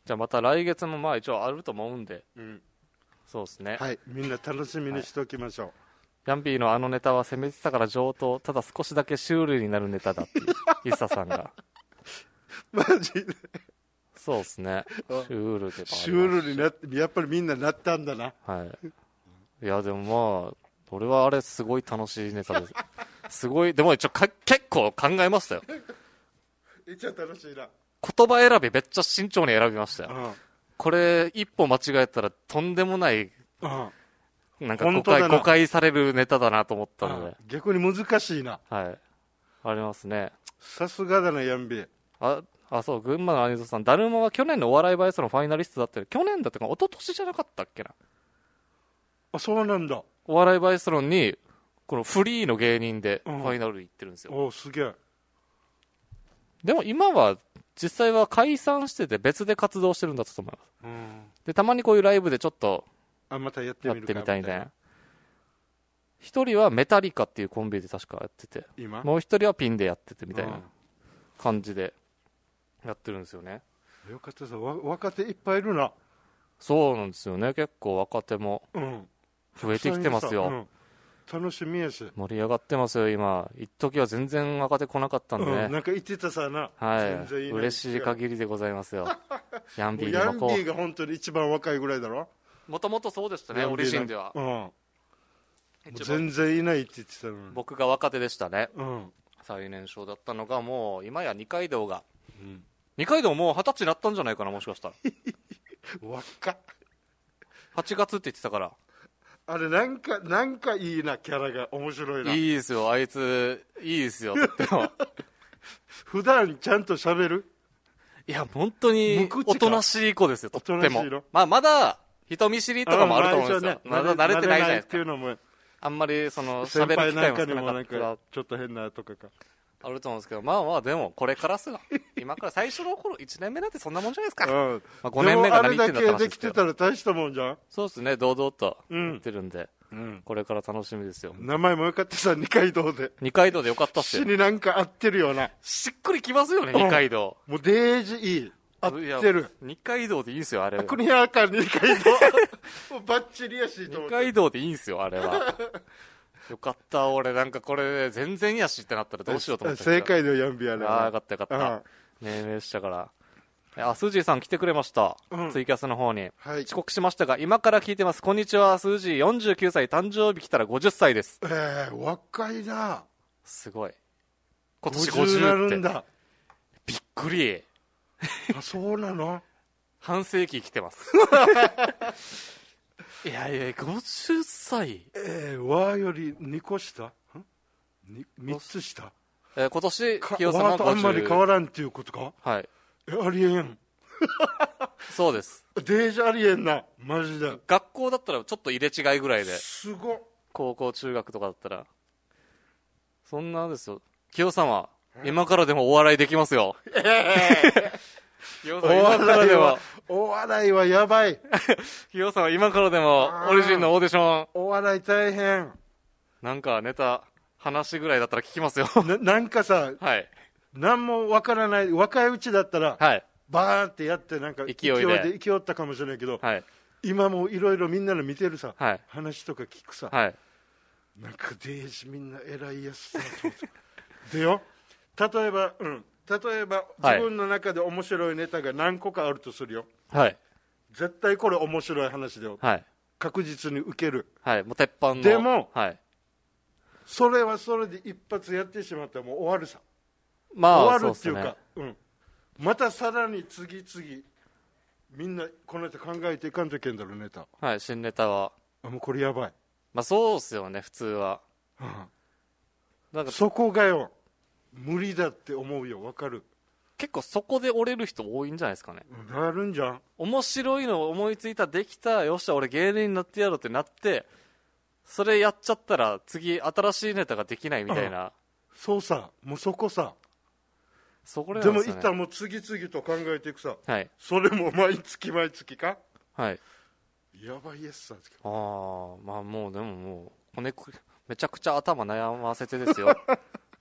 じゃあまた来月もまあ一応あると思うんで、んそうですね、はいみんな楽しみにしておきましょう、ヤンビーのあのネタは攻めてたから上等ただ少しだけシュールになるネタだって [LAUGHS] いうイッサさんがマジでそうですねシュールでシュールになってやっぱりみんななったんだなはい。いや、でもまあ、俺はあれすごい楽しいネ [LAUGHS] タです。すごい、でも一応か結構考えましたよ。一応楽しいな言葉選びめっちゃ慎重に選びましたよ。うんこれ、一歩間違えたらとんでもない、うんなんか誤本当解だな誤解されるネタだなと思ったので。逆に難しいなはい。ありますね。さすがだなヤンビあ、あ、そう、群馬のアニゾさん、だるまは去年のお笑いバイアスのファイナリストだったり、去年だったか、一昨年じゃなかったっけな。あそうなんだお笑いバイアスロンに、このフリーの芸人でファイナルに行ってるんですよ。おおすげえでも今は、実際は解散してて別で活動してるんだったと思います。うんで、たまにこういうライブでちょっとあまたやってやっみるかてみたいみたいな。一人はメタリカっていうコンビで確かやってて、今もう一人はピンでやっててみたいなうん感じでやってるんですよね。よかったさわ若手いっぱいいるなそうなんですよね。結構若手もうん増えてきてますよ。うん楽しみやし、盛り上がってますよ、今。一時は全然若手来なかったんでね。うんなんか言ってたさな、はい。全然な嬉しい限りでございます [LAUGHS] よ。ヤンビもうーヤのンビ子。ーが本当に一番若いぐらいだろもともとそうでしたね、ヤンオビーリなんジンではう。んもう一番全然いないって言ってたのに僕が若手でしたね。うん最年少だったのが、もう、今や二階堂が。うん二階堂もう二十歳になったんじゃないかな、もしかしたら。若っ8月って言ってたから。あれなんかなんかいいなキャラが面 [LAUGHS] 白いないいですよ、あいつ、いいですよ、とっても。普段ちゃんと喋るいや、本当に無口、かおとなしい子ですよ、とっておとなもしいの。まあ、まだ、人見知りとかもあると思うんですよ。あままあ一応だね慣れてないじゃないです慣れっていか。うのもあんまり、その、先喋る輩機会なんもか少になもかなっんたかちょっと変なとかかあると思うんですけど、まあまあ、でも、これからっすよ。 [LAUGHS] 今から最初の頃、1年目なんてそんなもんじゃないですか。うんまあ、5年目が何言ってんだってでもあれ話だけでですきけてど。たら大したもんじゃん、そうですね、堂々とうん言ってるんで、うん、これから楽しみですよ。名前もよかったさ二階堂で二階堂でよかったっす死よ。になんか合ってるよなしっくりきますよね、二階堂。もうデージいい合っていやる。二階堂でいいんすよ、あれ。国やか二階堂もうバッチリやしと思二って階堂でいいんすよ、あれ [LAUGHS] は。よかった、俺、なんかこれ、全然やしってなったらどうしようと思ってた。正解だよヤンビあれああ、よかったよかっあた。命名したから。えあ、スージーさん来てくれました。うんツイキャスの方に。はい遅刻しましたが、今から聞いてます。こんにちは、スージー。49歳、誕生日来たら50歳です。ええ若いなすごい。今年50な50って。るんだびっくり。あそうなの半世紀生きて [LAUGHS] ます。いやいや、50歳。ええ和より2個下んに3つ下えー今年、か清様和とあんまり変50。わらんっていうことかはい。えありえんそうです。デージありえんなマジで学校だったらちょっと入れ違いぐらいで。すごっ高校、中学とかだったら。そんなですよ。清様、今からでもお笑いできますよ。清 [LAUGHS] お様、今から笑いでもは。お笑いはやばい清さん、今からでも、オリジンのオーディション、お笑い大変なんかネタ、話ぐらいだったら聞きますよ。 [LAUGHS] ななんかさはい。何もわからない若いうちだったらはい。バーンってやってなんか勢いでで勢いったかもしれないけどはい。今もいろいろみんなの見てるさはい。話とか聞くさはい。なんかデージみんな偉いやつだと思ってでよ例えばうん例えばはい自分の中で面白いネタが何個かあるとするよはい。絶対これ面白い話だよはい。確実に受けるはい。もう鉄板の。でもはい。それはそれで一発やってしまったらもう終わるさまあ、終わるっていうそうっかうん、またさらに次々みんなこの人考えていかんといけんだろうネタすねはい。新ネタは。あもうこれやばい、まあ、そうっすよね、普通は。なんか、そこがよ無理だって思うよわかる結構そこで折れる人多いんじゃないですかね。なるんじゃん面白いのを思いついた、できた、よっしゃ、俺芸人になってやろうってなって、それやっちゃったら、次、新しいネタができないみたいな。そうさもうそこさそこで,、ら辺もなん一すよ旦ねもう次々と考えていくさはい。それも毎月毎月かはい。やばいやつさああまあもうでももうこねくめちゃくちゃ頭悩ませてですよ [LAUGHS]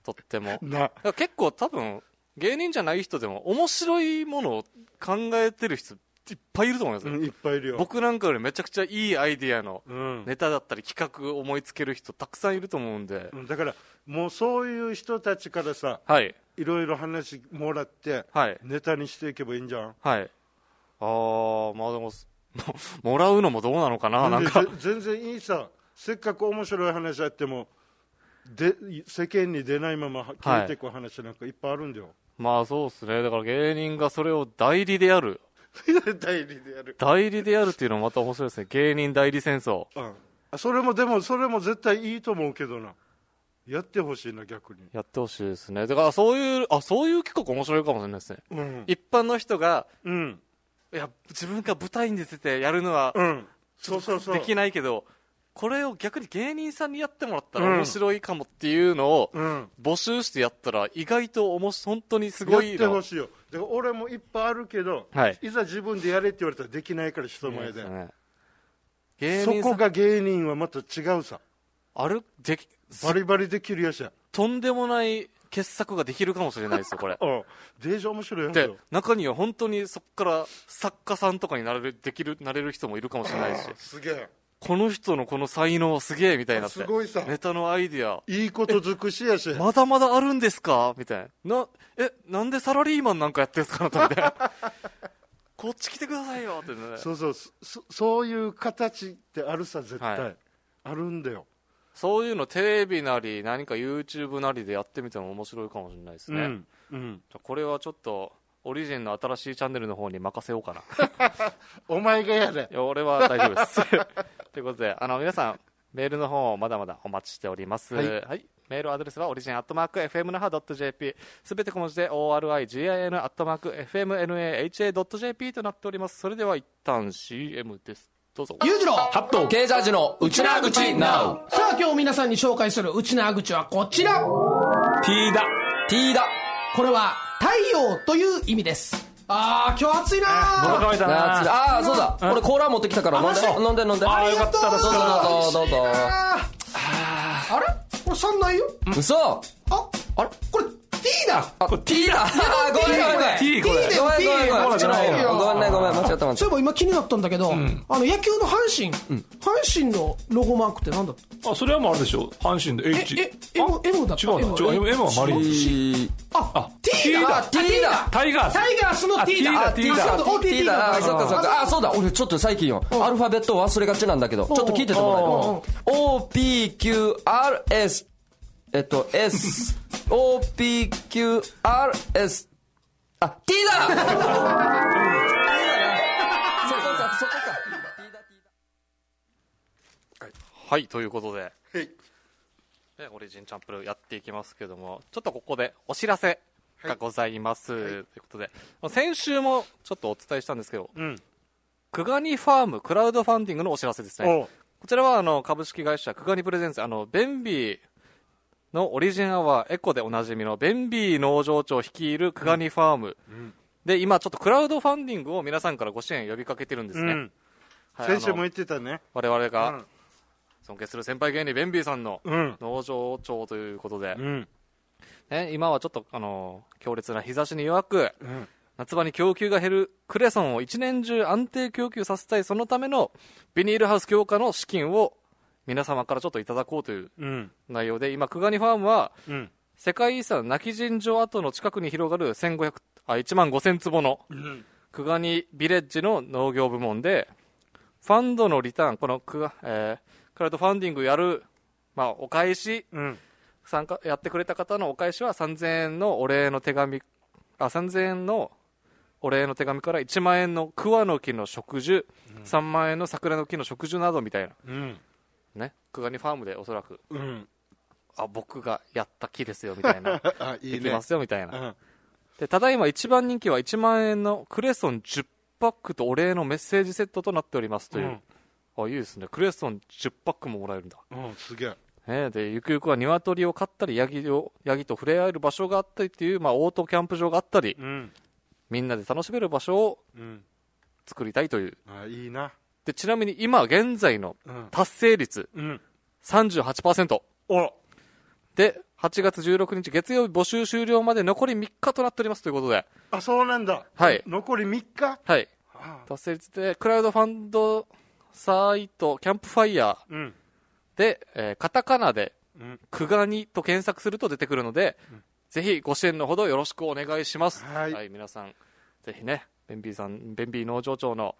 とってもだかなら結構多分芸人じゃない人でも面白いものを考えてる人いっぱいいると思いますうよ、んいっぱいいるよ僕なんかよりめちゃくちゃいいアイディアのうんネタだったり企画を思いつける人たくさんいると思うんで、うんだからもうそういう人たちからさはいいろいろ話もらってはいネタにしていけばいいんじゃんはいああまあでもも [LAUGHS] もらうのもどうなのかななんかでぜ全然いいさせっかく面白い話あってもで世間に出ないまま消えていく話なんかいっぱいあるんだよ、まあそうっすねだから芸人がそれを代理でやる代理でやる、代理でやるっていうのもまた面白いですね芸人代理戦争うん、あそれもでもそれも絶対いいと思うけどなやってほしいな逆にやってほしいですねだからそういうあそういう企画面白いかもしれないですねうん一般の人がうんいや自分が舞台に出ててやるのはうんそうそうそうできないけどこれを逆に芸人さんにやってもらったうらん面白いかもっていうのをうん募集してやったら意外とおもし本当にすごやいってほのしいよだから俺もいっぱいあるけど、はいざ自分でやれって言われたらできないから人前で、ね芸そ人さこんが芸人はまた違うさあるできすバリバリできるやしやとんでもない傑作ができるかもしれないですよこれうんデージ面白いやつでよ中には本当にそこから作家さんとかになれるできるなれる人もいるかもしれないしすげえこの人のこの才能すげえみたいになってすごいさネタのアイディアいいこと尽くしやし、まだまだあるんですかみたいななえなんでサラリーマンなんかやってるんですかなみたい [LAUGHS] なこっち来てくださいよってねそそうそうそそういう形ってあるさ絶対、はいあるんだよういうのテレビなり何か YouTube なりでやってみても面白いかもしれないですね、うんうん、じゃあこれはちょっとオリジンの新しいチャンネルの方に任せようかなお前がやれいや俺は大丈夫です [LAUGHS] ということであの皆さんメールの方をまだまだお待ちしております、ははいいメールアドレスはオリジンアットマーク FMNAHA.jp すべて小文字で ORIGIN アットマーク FMNAHA.jp となっておりますそれでは一旦 CM ですどうぞゆうじろうハットケージャージのうちなぐちなうさあ今日皆さんに紹介するうちなぐちはこちらティーダティーダこれは太陽という意味ですあー今日暑いなー乾いたなああそうだ俺コーラ持ってきたから飲んあマジで飲んで飲んでありがとうどうぞどうぞどうぞあーあれこれ3ないよ嘘ああれこれティーダあティーだあーごめんごめんごめんティーこれティーだよごめんティーごめんごめんこれじゃないよごめんねごめん間違った間違っそういえば今気になったんだけど、あの野球の阪神、阪神のロゴマークってなんだったあそれはもうあれでしょ阪神で H え、え、M, M だった違うな違う M M はマリーンズあ、あ T だた T だタイガースタイガースの T だあ T だ T だあそう T OT だだあーそっかそっかあーそうだ俺ちょっと最近よアルファベットを忘れがちなんだけどちょっと聞いててもらえる OPQRS えっと SOPQRS あ T だ T だなそこさそこか T だ T だはいということででオリジンチャンプルーやっていきますけどもちょっとここでお知らせがございます、ということで先週もちょっとお伝えしたんですけど、うんクガニファームクラウドファンディングのお知らせですねおうこちらはあの株式会社クガニプレゼンツあのベンビーのオリジンアワーエコでおなじみのベンビー農場長率いるクガニファーム、で今ちょっとクラウドファンディングを皆さんからご支援呼びかけてるんですうね、んはい先週もあの言ってたね我々うがん尊敬する先輩芸人ベンビーさんのうん農場長ということで、うんね、今はちょっとあの強烈な日差しに弱く、ん夏場に供給が減るクレソンを一年中安定供給させたいそのためのビニールハウス強化の資金を皆様からちょっといただこうといううん内容で今クガニファームはうん世界遺産泣き神城跡の近くに広がる1500あ1万5000坪のクガニビレッジの農業部門でファンドのリターンこのクガ、えークラウドファンディングやる、まあ、お返しうん参加やってくれた方のお返しは3000円のお礼の手紙あ3000円のお礼の手紙から1万円の桑の木の植樹、3万円の桜の木の植樹などみたいなうんねクガニファームでおそらくうんあ僕がやった木ですよみたいなあいいできねますよみたいなうんでただいま一番人気は1万円のクレソン10パックとお礼のメッセージセットとなっておりますという、あいいですねクレソン10パックももらえるんだうんすげえねえ、でゆくゆくは鶏を飼ったりヤギをヤギと触れ合える場所があったりっていう、まあ、オートキャンプ場があったりうんみんなで楽しめる場所をうん作りたいというあいいなでちなみに今現在のうん達成率うん38%おで8月16日月曜日募集終了まで残り3日となっておりますということで、あそうなんだはい残り3日はい、あ達成率でクラウドファンドサイトキャンプファイヤーうんで、えーカタカナでうん「クガニ」と検索すると出てくるので、ぜひご支援のほどよろしくお願いしますはい皆さんぜひねベンビーさんベンビー農場長の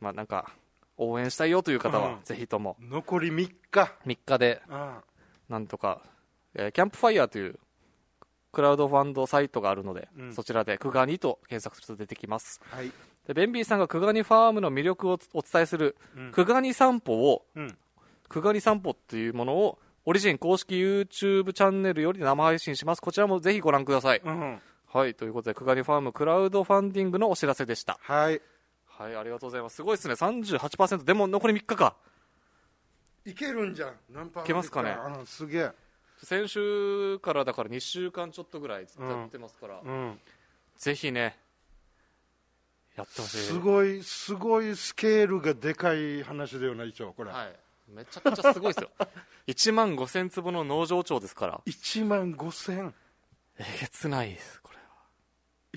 まあなんか応援したいよという方は、うんぜひとも残り3日3日であなんとか、えーキャンプファイヤーというクラウドファンドサイトがあるので、うんそちらで「クガニ」と検索すると出てきますはいでベンビーさんがクガニファームの魅力をお伝えする、うんクガニ散歩を、うんクガニ散歩っていうものをオリジン公式 YouTube チャンネルより生配信します。こちらもぜひご覧ください。はい、ということで、くがりファームクラウドファンディングのお知らせでした。はいはい、ありがとうございます。すごいですね、38%。でも残り3日か。いけるんじゃん何パーいけますかねうんすげえ先週からだから2週間ちょっとぐらいやってますから、うんぜひね、やってほしい。すごいすごいスケールがでかい話だよな一応これ、はい。めちゃくちゃすごいですよ。1万5000坪の農場長ですから。 1万5000えげつないです、これ。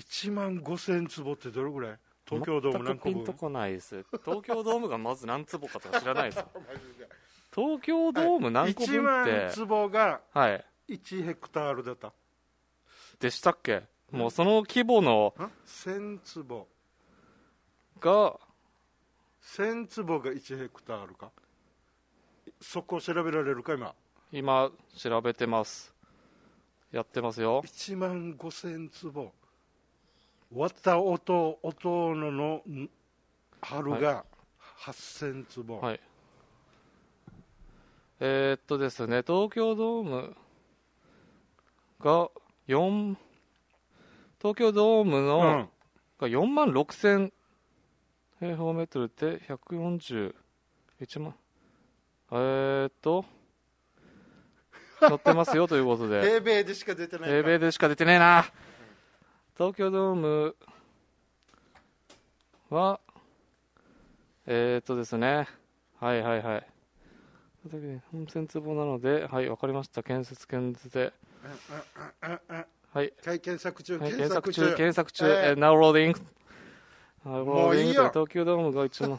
1万5000坪ってどれぐらい東京ドーム何個全くピンと分こないです。東京ドームがまず何坪かとか知らないです [LAUGHS] よ。東京ドーム何個分1って、万坪がはい。 1ヘクタールだったでしたっけもうその規模のん1000坪が、 1000坪が1ヘクタールかそこ調べられるか今今、調べてます。やってますよ。 1万5000坪割った音音ののん春が8000坪、はい。えーっとですね、東京ドームが4、東京ドームの、うんが4万6000平方メートルで141万。えーっと、載ってますよということで。英米でしか出てないか英米でしか出てねえな。東京ドームは、えー、っとですね。はいはいはい。本線坪なので、はい、わかりました。建設建設で。はい、はい検索中はい検検索索中中、検索中、えーえー、ナウローディング。ナウローディングというも東京ドームが一番。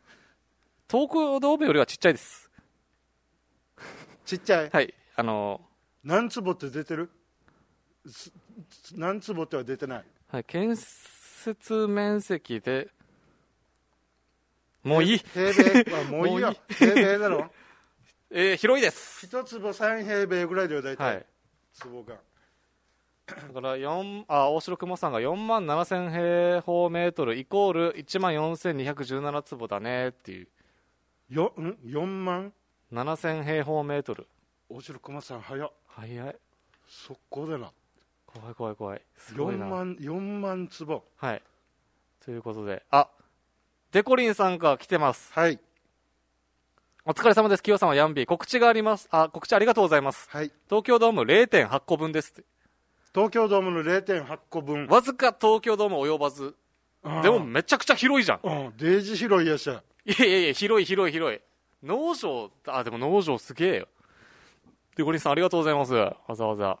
[LAUGHS] 東京ドームよりはちっちゃいです。ちっちゃいはい、あの何坪って出てるす何坪っては出てないー、はい、建設面積で、もういい。平米はもういいもうよい平米だろえー、広いです。一坪3平米ぐらいだよ大体、はい。坪がだから四あ大城熊さんが4万7000平方メートルイコール1万4217坪だねっていうよん4万7000平方メートル大城駒さん早っ早い速攻だな怖い怖い怖いすごい4な万4万坪はいということであデコリンさんが来てますはいお疲れ様です清様ヤンビー告知がありますあ告知ありがとうございますはい東京ドーム0.8個分ですって東京ドームの0.8個分わずか東京ドーム及ばずでもめちゃくちゃ広いじゃんうんデージ広いやしゃいやいやいや、広い広い広い。農場、あ、でも農場すげえよ。で、ゴリンさんありがとうございます。わざわざ。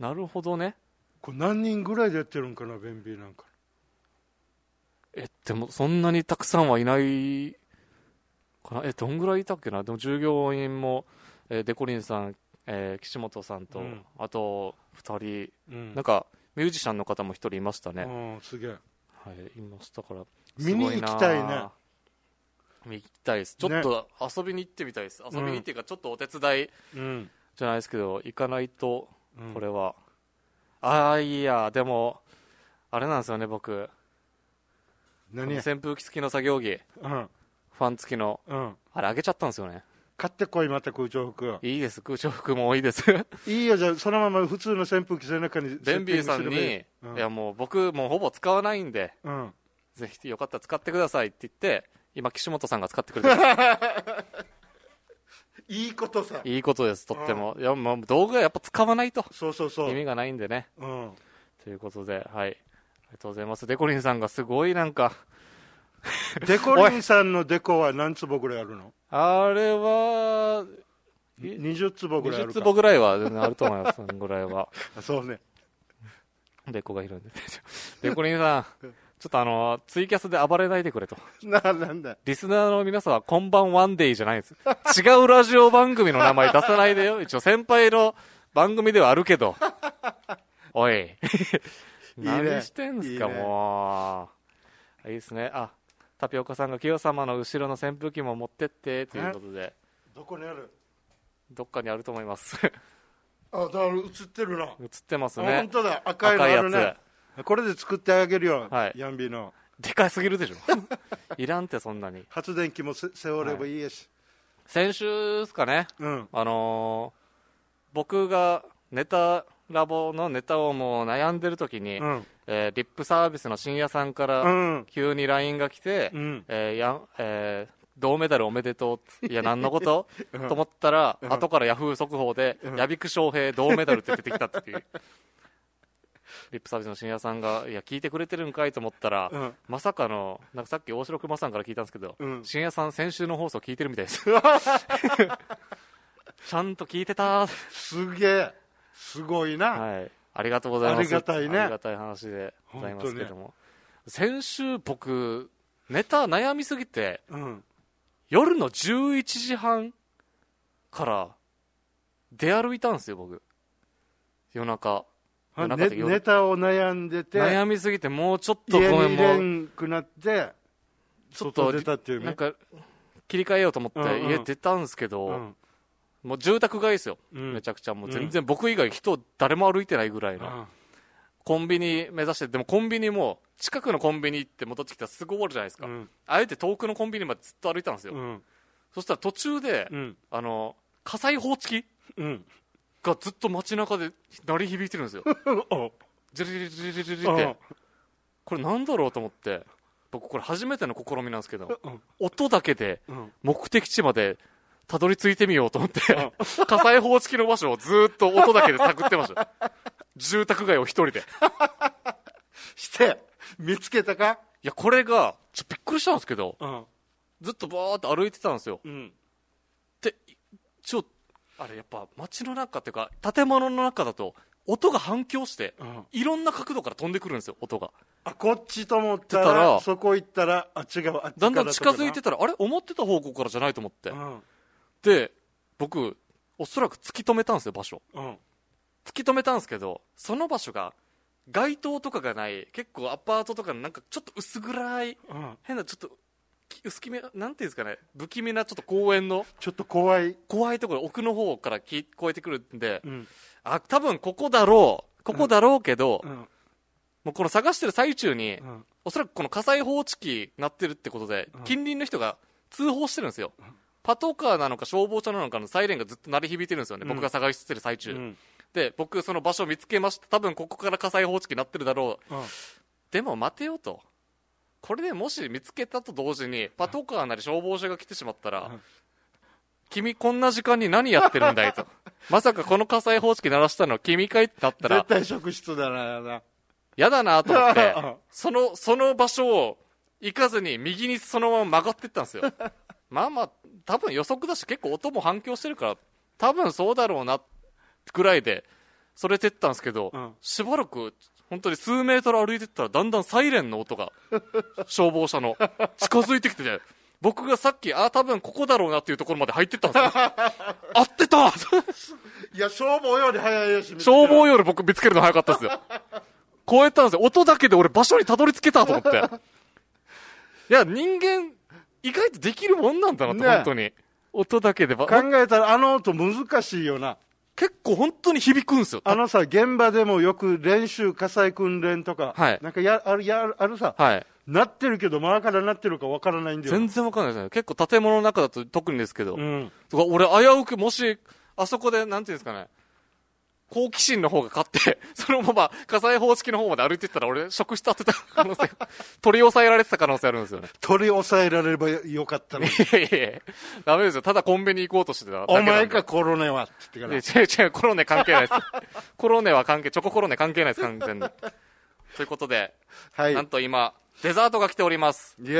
なるほどね。これ何人ぐらいでやってるんかなベンビーなんかえ、でもそんなにたくさんはいないかな。え、どんぐらいいたっけな。でも従業員も、えーデコリンさん、えー岸本さんと、うんあと2人、うんなんかミュージシャンの方も1人いましたね。うんすげえはい、いましたから。見に行きたいね見に行きたいです。ちょっと遊びに行ってみたいです。遊びにっていうか、ちょっとお手伝い、うんじゃないですけど行かないとうんこれは、ああいいやでもあれなんですよね僕何や扇風機付きの作業着うんファン付きのうんあれあげちゃったんですよね買ってこいまた空調服いいです空調服もいい [LAUGHS] ですいいよじゃあそのまま普通の扇風機背中にセッベティンングビーさすれんばいいに、いやもう僕もうほぼ使わないんでうんうんぜひよかったら使ってくださいって言って今岸本さんが使ってくれて [LAUGHS] ますいいことさいいことですとっても、いやもう道具はやっぱ使わないとそうそうそ意う味がないんでねうんということではいありがとうございますデコリンさんがすごいなんかデコリンさんのデコは何坪ぐらいあるのあれは20坪ぐらいあ20るか坪ぐらいは全然あると思います、そのぐらい [LAUGHS] は。あそうねデコがいるんで。デコリンさん、ちょっとあの、ツイキャスで暴れないでくれと。ななんだリスナーの皆さんは、こんばんワンデイじゃないんです。 [LAUGHS] 違うラジオ番組の名前出さないでよ。一応先輩の番組ではあるけど。 [LAUGHS] [LAUGHS] おい。何してんすか、いいねもう。いいですね。あ、タピオカさんが清様の後ろの扇風機も持ってって、ということで、どこにあるどっかにあると思います。 [LAUGHS] あだから映ってるな、映ってますあね本。当だ赤赤いいのあやるつ。ねこれで作ってあげるよ、はいヤンビーのでかすぎるでしょ [LAUGHS] いらんってそんなに発電機もせ背負えばいいやし、先週ですかね、うん。あのー僕がネタラボのネタをもう悩んでる時に、うん。えーリップサービスの深夜さんかうらん。急に LINE が来て、うん。えーやえー銅メダルおめでとう [LAUGHS] っていや何のことと思ったら、後からヤフー速報で、やびく翔平銅メダルって出てきたっていう [LAUGHS] [LAUGHS] リップサービスの深夜さんがいや聞いてくれてるんかいと思ったら、うんまさかのなんかさっき大城熊さんから聞いたんですけど、うん深夜さん先週の放送聞いてるみたい [LAUGHS] です [LAUGHS] ちゃんと聞いてたーすげえすごいな、はい、ありがとうございます。ありがたいねありがたい話でございますけども。先週僕、ネタ悩みすぎて、うん。夜の11時半から出歩いたんですよ、僕。夜中。あ夜中ねって夜ネタを悩んでて、悩みすぎて、もうちょっと家ごめにん、いれもう、んくなって、ちょっと外出、たっていうなんね。か、切り替えようと思っうんてうん家出たんですけど、うんもう住宅街ですよ、うんめちゃくちゃ。もう全然僕以外人誰も歩いてないぐらいの。コンビニ目指してでもコンビニも近くのコンビニ行って戻ってきたらすぐ終わるじゃないですか、うんあえて遠くのコンビニまでずっと歩いたんですよ、うん。そしたら途中で、うん。あの火災報知器うん。がずっと街中で鳴り響いてるんですよおジリリリリリリリっうんてこれなんだろうと思って僕これ初めての試みなんですけど、音だけでん目的地までたどり着いてみようと思って、火災報知器の場所をずーっと音だけで探ってました住宅街を一人でして見つけたかいや、これが、ちょっとびっくりしたんですけど、うん。ずっとバーって歩いてたんですよ。うん。で、いちょ、あれやっぱ街の中っていうか、建物の中だと、音が反響して、んいろんな角度から飛んでくるんですよ、音が。あ、こっちと思ったたら、らそこ行ったら、あ、違う、あっちだんだん近づいてて。たら、あれ思ってた方向からじゃないと思ってう。ん。で、僕、おそらく突き止めたんですよ、場所。うん。突き止めたんですけど、その場所が、街灯とかがない、結構アパートとかのなんかちょっと薄暗い、うん。変なちょっと、き薄気味な、なんていうんですかね、不気味なちょっと公園の、ちょっと怖い。怖いところ奥の方から聞こえてくるんで、うん。あ多分ここだろうここだろうけど、うん。もうこの探してる最中に、んおそらくこの火災報知器鳴ってるってことで、近隣の人が通報してるんですよ、パトカーなのか消防車なのかのサイレンがずっと鳴り響いてるんですよね、僕が探してる最中、んで僕その場所を見つけました多分ここから火災報知器鳴ってるだろう、うんでも待てよとこれでもし見つけたと同時にパトカーなり消防車が来てしまったら、君こんな時間に何やってるんだいとまさかこの火災報知器鳴らしたのは君かいってなったら絶対職質だな嫌だなと思って、その、その場所を行かずに右にそのまま曲がってったんですよ。まあまあ、多分予測だし結構音も反響してるから、多分そうだろうな、ぐらいで、それてったんですけど、んしばらく、本当に数メートル歩いてったら、だんだんサイレンの音が、消防車の、近づいてきてて、僕がさっき、ああ、多分ここだろうなっていうところまで入ってったんですよ。合ってたいや消防より早いよし見つける消防より僕見つけるの早かったですよ。超えたんですよ。音だけで俺場所にたどり着けたと思って。いや、人間、意外とできるもんなんだなと、ね本当に。音だけでば、考えたら、あの音難しいよな。結構本当に響くんですよ。あのさ、現場でもよく練習、火災訓練とか、はいなんかやあるやるあるさ、はい。なってるけど、前からなってるかわからないんだよ全な。然わかんないですね。結構建物の中だと特にですけど。うん。とか俺、危うく、もし、あそこで、なんていうんですかね。好奇心の方が勝って、 [LAUGHS] そのまま火災報知器の方まで歩いてったら俺、職質当てた可能性、取り押さえられてた可能性あるんですよね。取り押さえられればよかったのにいやいやいや、ダメですよ。ただコンビニ行こうとしてただけなおんで。前か、コロネはって言っいや。てか違う違う、コロネ関係ないです。コロネは関係、チョココロネ関係ないです、完全に。ということで、ら。はい。なんと今、デザートが来ております。イエ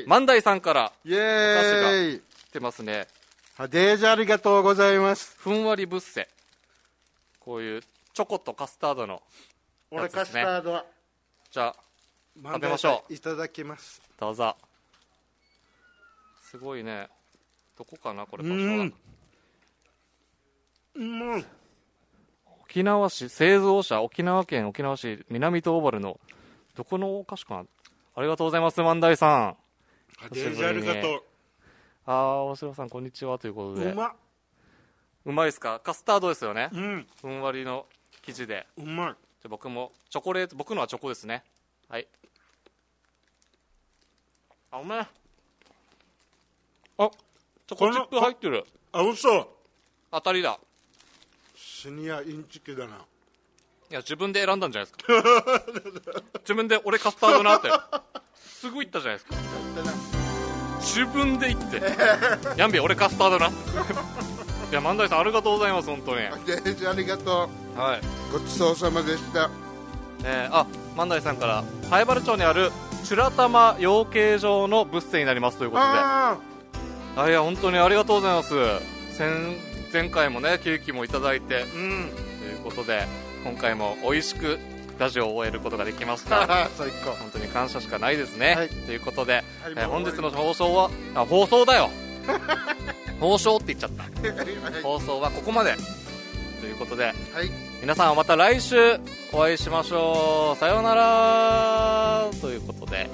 ーイ万代さんからイエーイ来てますね。あデージありがとうございますふんわりブッセ。こういう、チョコとカスタードの。俺やつでカすスねタードはじゃあ、食べましょういただきますどうぞ。すごいね。どこかな、これ、場所はんうん。沖縄市製造者沖縄県沖縄市南東原のどこのお菓子かなありがとうございます万代さんデージありがとあー大城さんこんにちはということうでうまっうまいですかカスタードですよねうん。ふんわりの生地でうじまい。ゃあ僕もチョコレート僕のはチョコですねはいあうめえあチョコチップ入ってる。あ嘘当たりだ。シニアインチキだないや、自分で選んだんじゃないですか。 [LAUGHS] 自分で俺カスタードなって。すぐ言ったじゃないですか。自分で言って。やんべ、俺カスタードな。いや、万代さんありがとうございます、本当に。はい。でじゃあありがとうごちそうさまでしたえーあ、万代さんから、灰原町にある、チュラタマ養鶏場のブッセになりますということで。ああいや本当にありがとうございます先前回もねケーキもいただいてうんということで今回も美味しくラジオを終えることができましあた [LAUGHS] 最高本当に感謝しかないですね、はいということで、はいえーも本う終わり日の放送はあ放送 [LAUGHS] だよ放送って言っちゃったは放送はここまでということでい皆さんまた来週お会いしましょうさようならということで